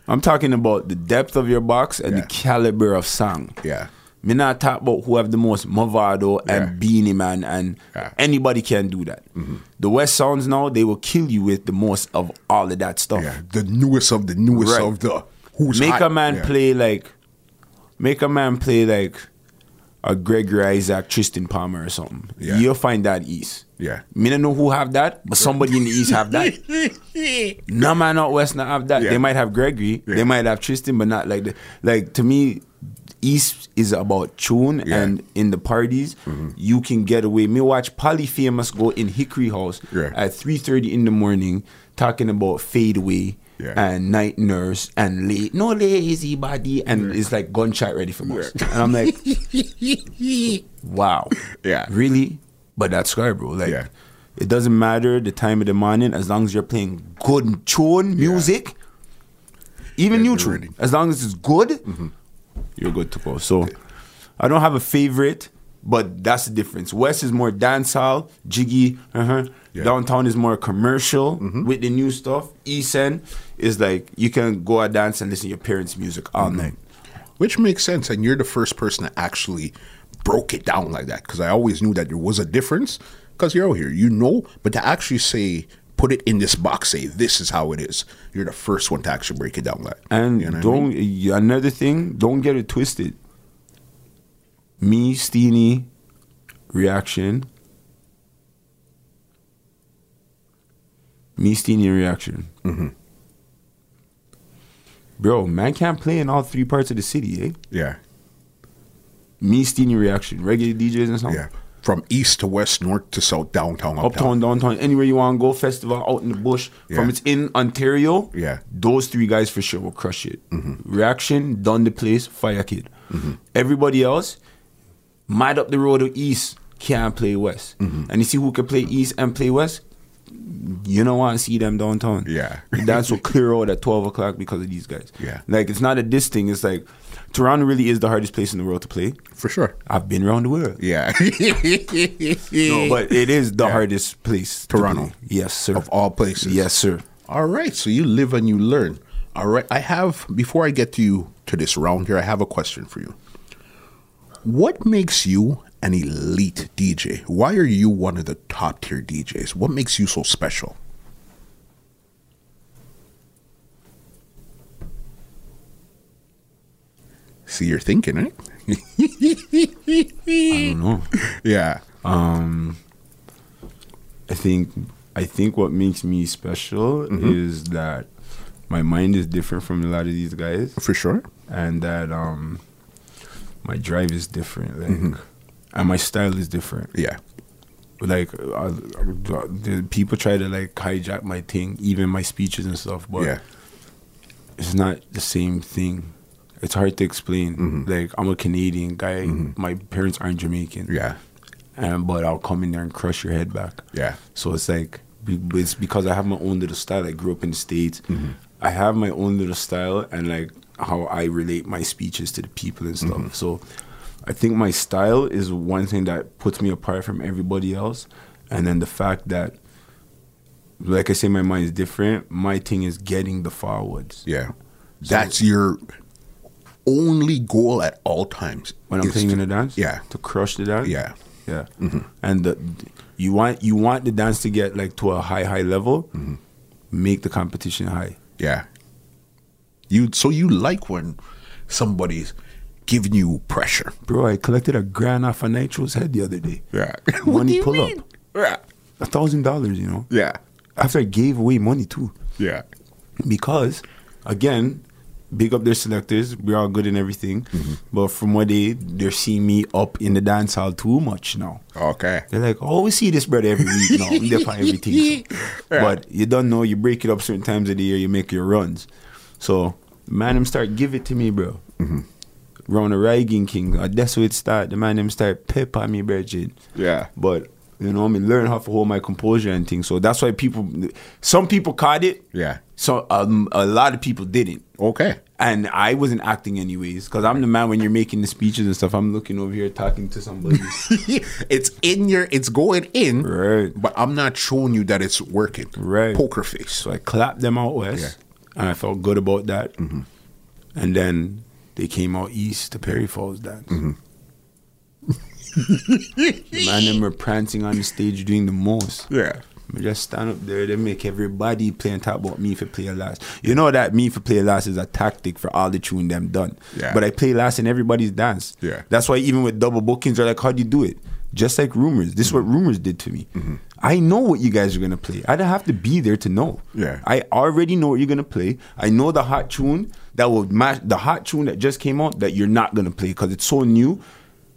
D: I'm talking about the depth of your box and
A: Yeah.
D: the caliber of song.
A: Yeah.
D: Me not talk about who have the most Movado and Beanie Man and
A: Yeah. Mm-hmm.
D: anybody can do that. The West sounds now they will kill you with the most of all of that stuff.
A: Yeah, the newest of the newest
D: Right.
A: of the who's
D: make
A: hot.
D: a man
A: Yeah.
D: play like, make a man play like a Gregory Isaac, Tristan Palmer or something.
A: Yeah.
D: You'll find that East.
A: Yeah.
D: Me don't know who have that, but somebody in the East have that. no man out west not have that.
A: Yeah.
D: They might have Gregory,
A: Yeah.
D: they might have Tristan, but not like the like to me. East is about tune,
A: Yeah. Mm-hmm.
D: and in the parties, you can get away. Me watch Polyphemus go in Hickory House
A: Yeah.
D: at three thirty in the morning, talking about fadeaway
A: Yeah.
D: and night nurse and late no lazy body, and it's like gunshot ready for most. And I'm like, wow,
A: Yeah.
D: really? But that's Scarborough, like.
A: Yeah.
D: It doesn't matter the time of the morning as long as you're playing good tune music, even
A: Yeah,
D: new
A: you're
D: tune.
A: ready.
D: As long as it's good, Mm-hmm. you're good to go. So I don't have a favorite, but that's the difference. West is more dancehall, jiggy. Uh-huh.
A: Yeah.
D: Downtown is more commercial with the new stuff. East End is like you can go out dance and listen to your parents' music all night.
A: Which makes sense, and you're the first person that actually broke it down like that because I always knew that there was a difference because you're out here, you know, but to actually say, put it in this box, say this is how it is, you're the first one to actually break it down like
D: And
A: you know what I mean?
D: don't y- another thing, don't get it twisted. Me, Steenie, reaction. Me, Steenie, reaction.
A: Mm-hmm.
D: Bro, man can't play in all three parts of the city, eh?
A: yeah,
D: Me, Steenie, reaction. Regular DJs and something.
A: yeah, from east to west, north to south, downtown, uptown,
D: Uptown, downtown, anywhere you want to go, festival, out in the bush.
A: Yeah.
D: From it's in Ontario,
A: Yeah. Mm-hmm.
D: those three guys for sure will crush it. Reaction, done the place, fire kid. Everybody else, mad up the road to east, can't play west.
A: Mm-hmm.
D: And you see who can play east and play west? You don't want to see them downtown.
A: Yeah.
D: That's what clear out at 12 o'clock because of these guys.
A: Yeah.
D: Like, it's not a diss thing. It's like, Toronto really is the hardest place in the world to play.
A: for sure.
D: I've been around the world.
A: Yeah,
D: No, but it is the hardest place. to
A: Toronto.
D: play. Yes, sir.
A: of all places.
D: Yes, sir.
A: All right, so you live and you learn. All right, I have before I get to you to this round here, I have a question for you. What makes you an elite DJ? Why are you one of the top tier DJs? What makes you so special? See, you're thinking, right?
D: I don't know.
A: Yeah.
D: I think I think what makes me special
A: Mm-hmm.
D: is that my mind is different from a lot of these guys,
A: For sure.
D: and that um, my drive is different, like,
A: Mm-hmm.
D: and my style is different.
A: Yeah.
D: Like I, I- the people try to like hijack my thing, even my speeches and stuff, but
A: yeah.
D: it's not the same thing. It's hard to explain.
A: Mm-hmm.
D: Like I'm a Canadian guy. My parents aren't Jamaican.
A: Yeah.
D: and but I'll come in there and crush your head back.
A: Yeah.
D: So it's like be- it's because I have my own little style. I grew up in the states. I have my own little style and like how I relate my speeches to the people and stuff. So I think my style is one thing that puts me apart from everybody else, and then the fact that. Like I say, my mind is different. My thing is getting the forwards.
A: Yeah. That's your only goal at all times.
D: when I'm
A: is
D: playing
A: to-
D: in the dance.
A: Yeah.
D: to crush the dance.
A: Yeah. Mm-hmm.
D: yeah. And the, you want you want the dance to get like to a high high level.
A: Mm-hmm.
D: Make the competition high.
A: Yeah. You so you like when somebody's giving you pressure.
D: Bro, I collected a grand off a Nitro's head the other day.
A: Yeah.
D: Money pull up.
A: Yeah.
D: A thousand dollars, you know.
A: Yeah.
D: After I gave away money too.
A: Yeah.
D: Because again, big up their selectors, we're all good in everything.
A: Mm-hmm.
D: But from what they they're seeing me up in the dance hall too much now.
A: Okay.
D: They're like, oh, we see this brother every week now. We define everything. So. But you don't know, you break it up certain times of the year, you make your runs. So, man, them start give it to me, bro.
A: Mm-hmm.
D: Round the Reagan King, uh, that's where it start. The man, them start pepper me, brethren.
A: Yeah.
D: But You know, I mean, learn how to hold my composure and things. So that's why people, some people caught it.
A: Yeah.
D: So um, a lot of people didn't.
A: Okay.
D: And I wasn't acting anyways, because I'm the man when you're making the speeches and stuff. I'm looking over here talking to somebody.
A: it's in your, it's going in,
D: Right.
A: but I'm not showing you that it's working.
D: Right.
A: Poker face.
D: so I clapped them out west, and I felt good about that. And then they came out east to Perry Falls dance. the man, them were prancing on the stage doing the most.
A: Yeah.
D: I just stand up there, they make everybody play and talk about me for play last. You know that me for play last is a tactic for all the tune them done.
A: Yeah.
D: But I play last in everybody's dance.
A: Yeah.
D: That's why even with double bookings, they're like, how do you do it? Just like rumors. This is
A: Mm-hmm.
D: what rumors did to me. I know what you guys are gonna play. I don't have to be there to know.
A: Yeah.
D: I already know what you're gonna play. I know the hot tune that will match the hot tune that just came out that you're not gonna play because it's so new.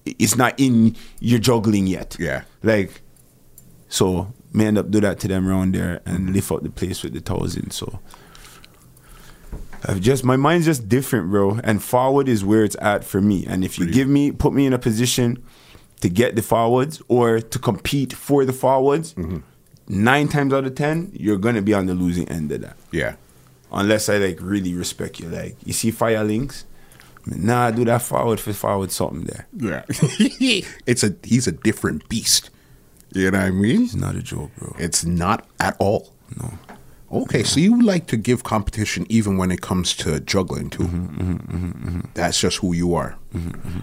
D: i- It's not in your juggling yet.
A: Yeah.
D: Like so me end up do that to them around there and lift up the place with the thousand. So I've just my mind's just different, bro. And forward is where it's at for me. And if you give me put me in a position to get the forwards or to compete for the forwards, nine times out of ten, you're gonna be on the losing end of that
A: Yeah.
D: unless I like really respect you. Like you see fire links, nah, do that forward for forward something there.
A: Yeah. it's a, he's a different beast. You know what I mean?
D: It's not a joke, bro.
A: It's not at all.
D: No,
A: Okay, so you like to give competition even when it comes to juggling too. That's just who you are.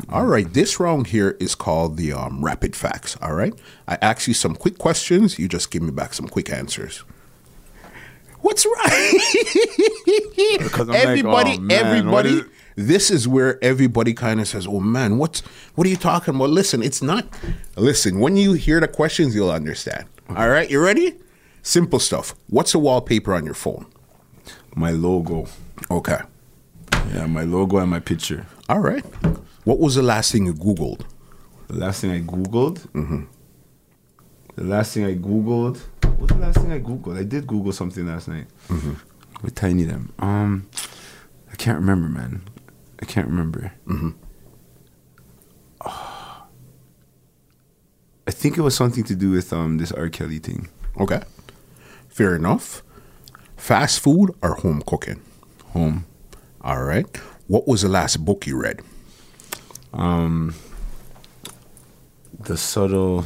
A: All right, this round here is called the um, rapid facts. All right, I ask you some quick questions. You just give me back some quick answers. What's right?
D: Because I'm like,
A: everybody,
D: "Oh, man, what
A: everybody.
D: is-"
A: This is where everybody kind of says, "Oh man, what's what are you talking about?" Listen, it's not. Listen, when you hear the questions, you'll understand. All right, you ready? Simple stuff. What's a wallpaper on your phone?
D: my logo,
A: Okay.
D: yeah, my logo and my picture.
A: All right. What was the last thing you Googled?
D: The last thing I googled. The last thing I googled. What's the last thing I googled? I did Google something last night. With tiny them. Um, I can't remember, man. I can't remember. I think it was something to do with um this R. Kelly thing.
A: Okay. Fair enough. Fast food or home cooking?
D: Home.
A: All right. What was the last book you read?
D: the subtle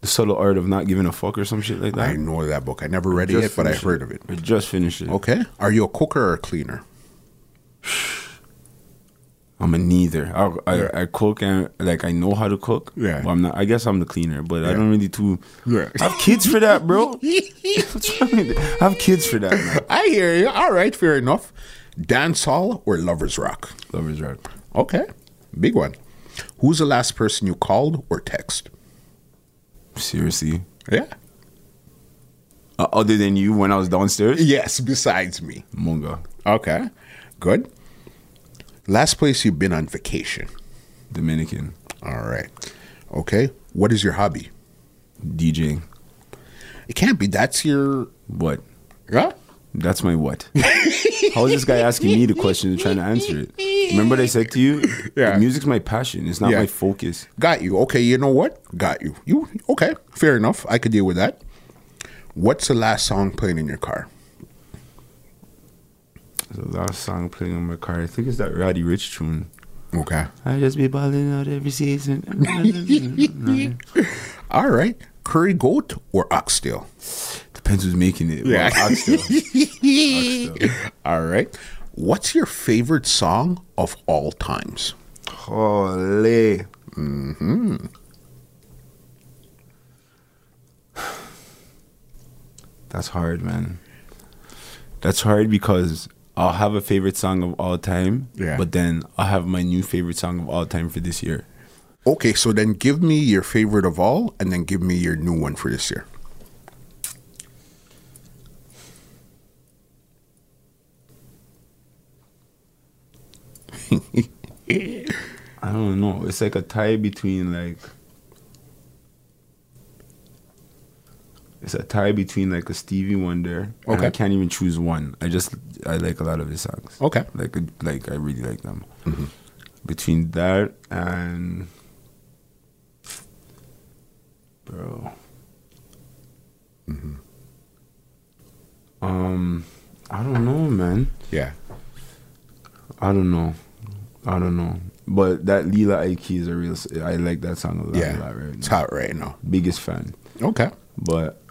D: the subtle art of not giving a fuck or some shit like that.
A: I know that book. I never read it
D: Just
A: yet, but I've
D: finished
A: heard of it.
D: I just finished it.
A: Okay. Are you a cooker or a cleaner?
D: I'm a neither. I, I,
A: Yeah.
D: I cook and like I know how to cook.
A: Yeah.
D: But I'm not. I guess I'm the cleaner, but I
A: Yeah.
D: don't really do.
A: Yeah.
D: I have kids for that, bro. What's wrong with it? I have kids for that. Man.
A: I hear you. All right. Fair enough. Dance hall or lovers rock?
D: Lovers rock.
A: Okay. Big one. Who's the last person you called or text?
D: Seriously.
A: Yeah.
D: Uh, other than you, when I was downstairs,
A: Yes, besides me.
D: Munga,
A: Okay. Good. Last place you've been on vacation.
D: Dominican,
A: All right. Okay. What is your hobby?
D: DJing.
A: It can't be. That's your.
D: What?
A: Huh?
D: That's my what. How is this guy asking me the question and trying to answer it? Remember what I said to you?
A: Yeah.
D: Music's my passion. It's not
A: Yeah.
D: my focus.
A: Got you. Okay. You know what? Got you. You. Okay. Fair enough. I could deal with that. What's the last song playing in your car?
D: There's a last song playing on my car. I think it's that Roddy Rich tune.
A: Okay.
D: I just be balling out every season. Depends
A: All right. Curry goat or oxtail?
D: who's making it.
A: Yeah.
D: Well, oxtail.
A: All right. What's your favorite song of all times?
D: Holy. That's hard, man. That's hard because I'll have a favorite song of all time,
A: Yeah.
D: but then I'll have my new favorite song of all time for this year.
A: Okay, so then give me your favorite of all, and then give me your new one for this year.
D: I don't know. It's like a tie between like it's a tie between like a Stevie Wonder. and
A: Okay.
D: I can't even choose one. I just I like a lot of his songs.
A: Okay. Mm-hmm.
D: Like like I really like them. Between that and bro.
A: Mm-hmm.
D: Um, I don't know, man.
A: Yeah.
D: I don't know. I don't know. But that Lila Aiki is a real. s- I like that song a lot.
A: Yeah.
D: a lot right
A: it's
D: now.
A: hot right now.
D: Biggest fan.
A: Okay.
D: But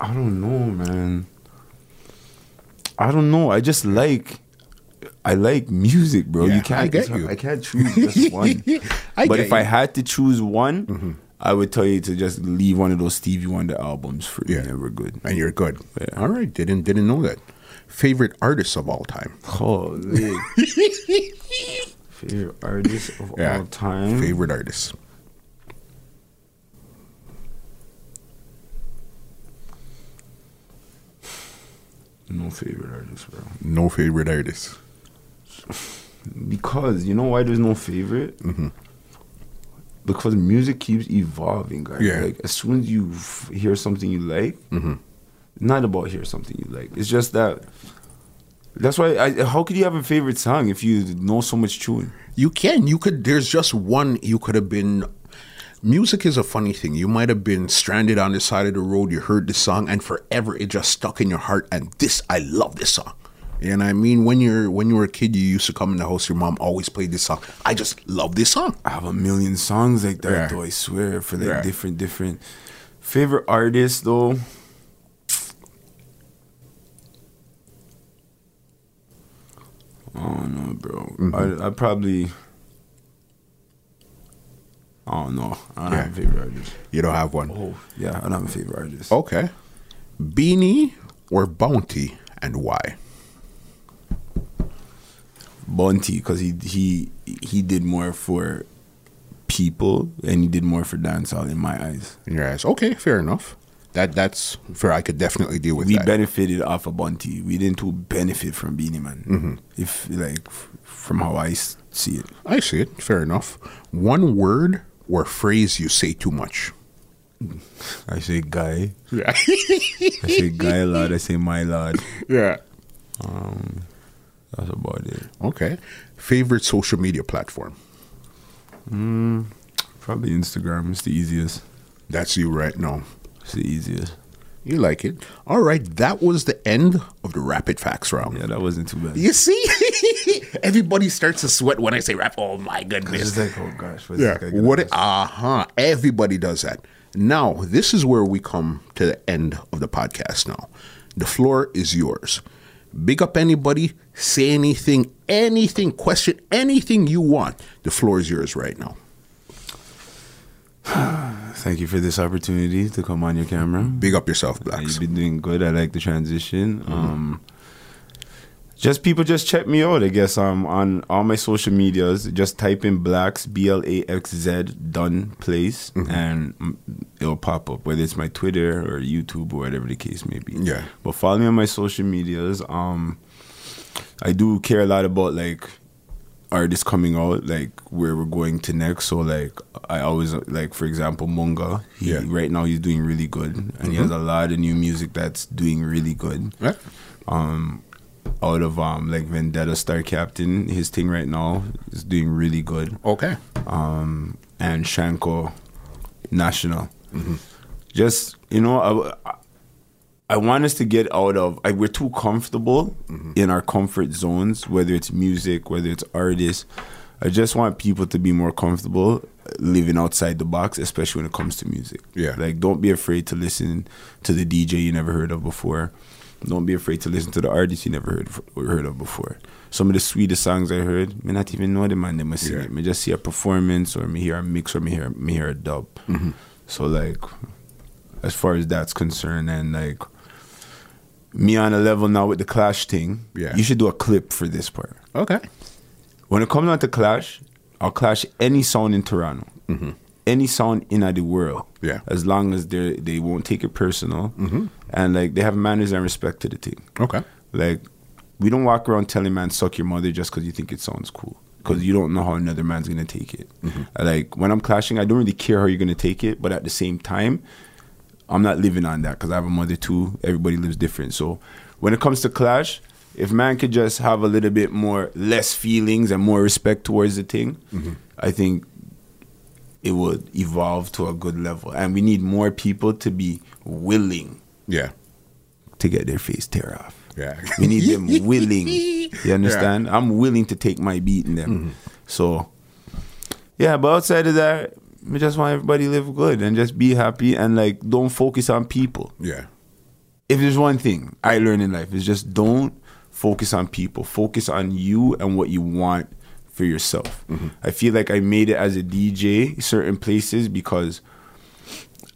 D: I don't know, man. I don't know. I just like. I like music, bro.
A: Yeah,
D: you can't.
A: I get
D: it's-
A: you.
D: I can't choose just one.
A: I
D: but
A: get
D: if I
A: you. Mm-hmm.
D: had to choose one, I would tell you to just leave one of those Stevie Wonder albums for
A: Yeah.
D: yeah. They were good.
A: And you're good. All right. Didn't didn't know that. Favorite artist of all time.
D: Holy. Favorite artist of all time.
A: Favorite artist.
D: No favorite artist, bro.
A: No favorite artist.
D: Because you know why there's no favorite? Mm-hmm. Because music keeps evolving, guys.
A: Yeah.
D: Like as soon as you f- hear something you like, not about hear something you like. It's just that. That's why. I, how could you have a favorite song if you know so much tune?
A: You can. You could. There's just one. You could have been. Music is a funny thing. You might have been stranded on the side of the road. You heard the song, and forever it just stuck in your heart. And this, I love this song. And I mean, when you're when you were a kid, you used to come in the house. Your mom always played this song. I just love this song.
D: I have a million songs like that,
A: Yeah.
D: though. I swear for like
A: Yeah.
D: different, different favorite artists, though. I don't know, bro. I, I probably. I don't know. I don't
A: Yeah.
D: have a favorite artist.
A: You don't have one.
D: Oh, yeah, I don't have a favorite artist.
A: Okay. Beanie or Bounty, and why?
D: Bunty, because he he he did more for people and he did more for dancehall in my eyes.
A: In your eyes. Okay, fair enough. That that's fair. I could definitely deal with
D: we
A: that.
D: benefited off of Bunty. We didn't do benefit from Beanie Man. If like f- from how I s- see it,
A: I see it. Fair enough. One word or phrase you say too much.
D: I say guy.
A: Yeah.
D: I say guy lad. I say my lad.
A: yeah.
D: That's about it.
A: Okay. Favorite social media platform?
D: Probably Instagram. It's the easiest.
A: That's you right now.
D: It's the easiest.
A: You like it. All right. That was the end of the rapid facts round.
D: Yeah, that wasn't too bad.
A: You see, everybody starts to sweat when I say rap. Oh my goodness.
D: It's like oh gosh. what's
A: Yeah.
D: this guy gonna
A: What?
D: ask?
A: Uh huh. Everybody does that. Now, this is where we come to the end of the podcast now. The floor is yours. Big up anybody, say anything, anything, question anything you want. The floor is yours right now.
D: Thank you for this opportunity to come on your camera.
A: Big up yourself,
D: Yeah,
A: Blacks.
D: You've been doing good. I like the transition.
A: Mm-hmm.
D: Um, just people just check me out. I guess I'm on all my social medias. Just type in Blacks B L A X Z Done Place,
A: Mm-hmm.
D: and mm, it'll pop up. Whether it's my Twitter or YouTube or whatever the case may be.
A: Yeah.
D: But follow me on my social medias. Um, I do care a lot about like artists coming out, like where we're going to next. So like I always like for example Munga. He,
A: Yeah.
D: Right now he's doing really good, and he has a lot of new music that's doing really good.
A: Yeah.
D: Out of um like Vendetta Star Captain, his thing right now is doing really good.
A: Okay.
D: Um and Shanko National. Just you know I. I want us to get out of. I, we're too comfortable
A: Mm-hmm.
D: in our comfort zones, whether it's music, whether it's artists. I just want people to be more comfortable living outside the box, especially when it comes to music.
A: Yeah.
D: like don't be afraid to listen to the DJ you never heard of before. Don't be afraid to listen to the artist you never heard heard of before. Some of the sweetest songs I heard, may not even know the man. They must sing
A: Yeah.
D: it. Me just see a performance, or me hear a mix, or me hear me hear a dub.
A: Mm-hmm.
D: So like, as far as that's concerned and like me on a level now with the clash thing
A: Yeah.
D: you should do a clip for this part
A: Okay.
D: when it comes down to clash i'll clash any sound in toronto any sound in the world
A: Mm-hmm. Yeah. Mm-hmm.
D: as long as they they won't take it personal and like they have manners and respect to the team
A: Okay.
D: like we don't walk around telling man suck your mother just because you think it sounds cool because you don't know how another man's gonna take it like when i'm clashing i don't really care how you're gonna take it but at the same time i'm not living on that because i have a mother too everybody lives different so when it comes to clash if man could just have a little bit more less feelings and more respect towards the thing i think it would evolve to a good level. And we need more people to be willing
A: Yeah.
D: to get their face tear off.
A: Yeah.
D: We need them willing. You understand? I'm willing to take my beat in them. So yeah, but outside of that, we just want everybody to live good and just be happy and like don't focus on people.
A: Yeah.
D: If there's one thing I learned in life is just don't focus on people. Focus on you and what you want for yourself. I feel like I made it as a DJ certain places because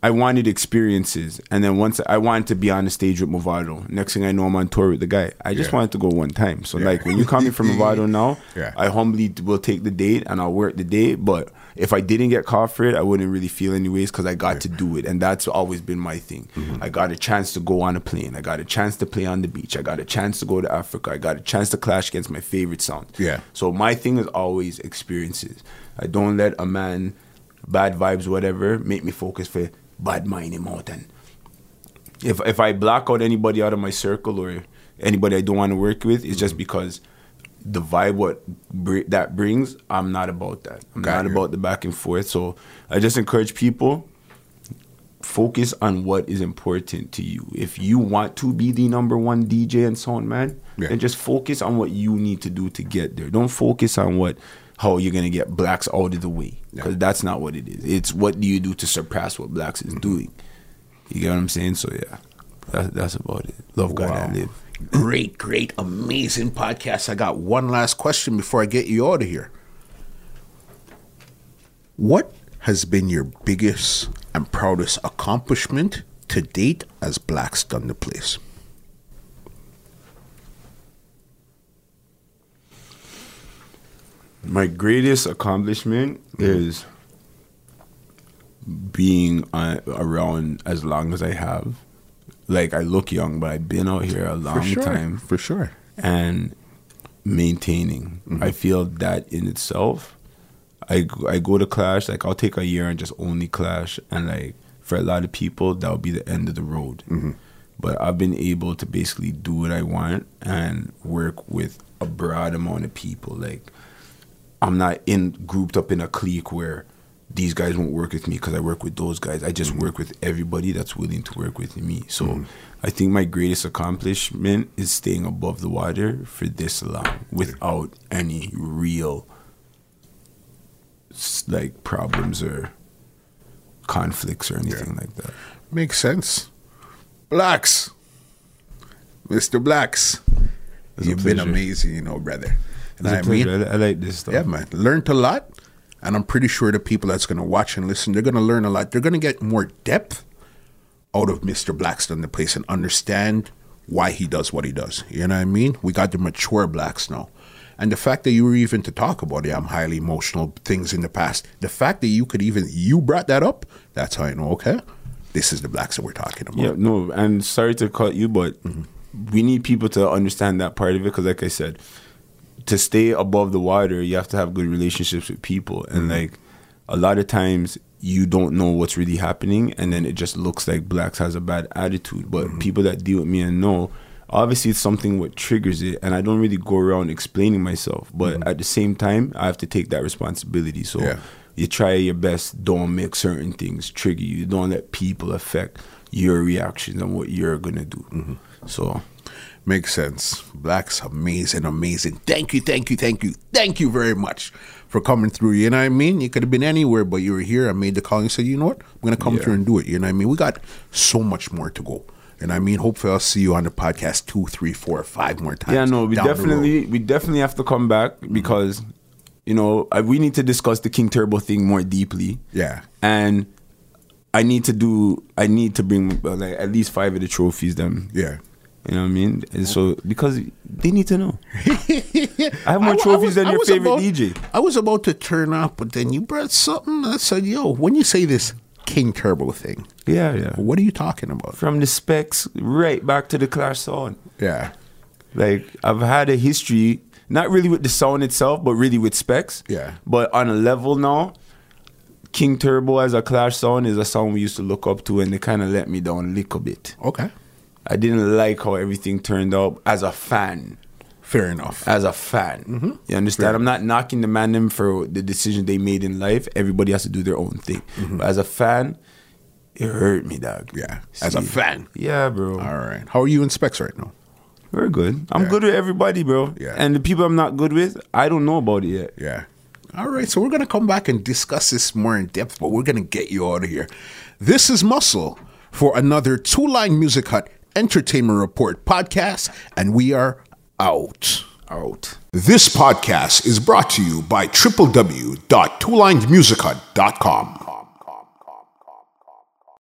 D: I wanted experiences, and then once I wanted to be on the stage with Movado. Next thing I know, I'm on tour with the guy. I just
A: Yeah.
D: wanted to go one time. So
A: Yeah.
D: like when you come in from Movado now,
A: Yeah.
D: I humbly will take the date and I'll work the date. But if I didn't get called for it, I wouldn't really feel anyways because I got to do it, and that's always been my thing.
A: Mm-hmm.
D: I got a chance to go on a plane. I got a chance to play on the beach. I got a chance to go to Africa. I got a chance to clash against my favorite sound.
A: Yeah.
D: So my thing is always experiences. I don't let a man, bad vibes, whatever, make me focus for bad mind him out. And if if I block out anybody out of my circle or anybody I don't want to work with, it's
A: Mm-hmm.
D: just because the vibe what br- that brings. I'm not about that. I'm
A: Got
D: not
A: you.
D: about the back and forth. So I just encourage people focus on what is important to you. If you want to be the number one DJ and sound man,
A: Yeah.
D: then just focus on what you need to do to get there. Don't focus on what how you're gonna get blacks out of the way because
A: Yeah.
D: that's not what it is. It's what do you do to surpass what blacks
A: Mm-hmm.
D: is doing. You get what I'm saying? So yeah, that's that's about it. Love God
A: Wow.
D: and live.
A: Great, great, amazing podcast. I got one last question before I get you out of here. What has been your biggest and proudest accomplishment to date as Blacks Done the Place?
D: My greatest accomplishment is being uh, around as long as I have. Like I look young, but I've been out here a long time
A: For sure.
D: and maintaining. I feel that in itself. I g- I go to Clash like I'll take a year and just only Clash and like for a lot of people that will be the end of the road. But I've been able to basically do what I want and work with a broad amount of people. Like I'm not in grouped up in a clique where these guys won't work with me because I work with those guys. I just work with everybody that's willing to work with me. So I think my greatest accomplishment is staying above the water for this long without any real s- like problems or conflicts or anything like that.
A: Makes sense. Blacks. Mr. Blacks.
D: a
A: You've been
D: pleasure.
A: amazing, you know, brother. And
D: It's a
A: I mean,
D: pleasure. I, I like this stuff.
A: Yeah, man. Learned a lot. And I'm pretty sure the people that's going to watch and listen, they're going to learn a lot. They're going to get more depth out of Mr. Blackstone, the place, and understand why he does what he does. You know what I mean? We got the mature blacks now. And the fact that you were even to talk about the I'm highly emotional things in the past, the fact that you could even, you brought that up, that's how I know, okay? This is the blacks that we're talking about.
D: Yeah, no, and sorry to cut you, but we need people to understand that part of it because, like I said, to stay above the water, you have to have good relationships with people, and like a lot of times you don't know what's really happening, and then it just looks like blacks has a bad attitude. But people that deal with me and know, obviously, it's something what triggers it, and I don't really go around explaining myself. But at the same time, I have to take that responsibility. So
A: Yeah.
D: you try your best don't make certain things trigger you don't let people affect your reactions and what you're gonna do so
A: Makes sense. Black's amazing, amazing. Thank you, thank you, thank you, thank you very much for coming through. You know what I mean? You could have been anywhere, but you were here. I made the call and you said, you know what? I'm going to come
D: Yeah.
A: through and do it. You know what I mean? We got so much more to go. And I mean, hopefully, I'll see you on the podcast two, three, four, five more times.
D: yeah no we
A: down the road.
D: definitely we definitely have to come back because you know I, we need to discuss the king turbo thing more deeply
A: Yeah.
D: and i need to do i need to bring uh, like at least five of the trophies them
A: Yeah.
D: you know what i mean and so because they need to know i have
A: I
D: more
A: w- I
D: trophies
A: was-
D: than
A: I
D: your
A: was
D: favorite
A: about-
D: dj
A: I was about to turn up, but then you brought something. I said, yo, when you say this King Turbo thing,
D: yeah yeah
A: what are you talking about?
D: from the specs right back to the clash sound
A: Yeah.
D: Like I've had a history, not really with the sound itself, but really with specs.
A: Yeah.
D: But on a level now, King Turbo as a clash sound is a sound we used to look up to, and they kind of let me down a little bit.
A: Okay.
D: I didn't like how everything turned out as a fan.
A: Fair enough.
D: as a fan.
A: Mm-hmm.
D: You understand? I'm not knocking the man them for the decision they made in life. Everybody has to do their own thing. But as a fan, it hurt me, dog.
A: Mm-hmm. Yeah, as a fan.
D: Yeah, bro.
A: All right. How are you in specs right now?
D: We're good. I'm good with everybody, bro.
A: Yeah.
D: And the people I'm not good with, I don't know about it yet.
A: Yeah. All right. So we're going to come back and discuss this more in depth, but we're going to get you out of here. This is Muscle for another Two Line Music Hut Entertainment Report podcast, and we are out. Out. This podcast is brought to you by www.twolinedmusichut.com.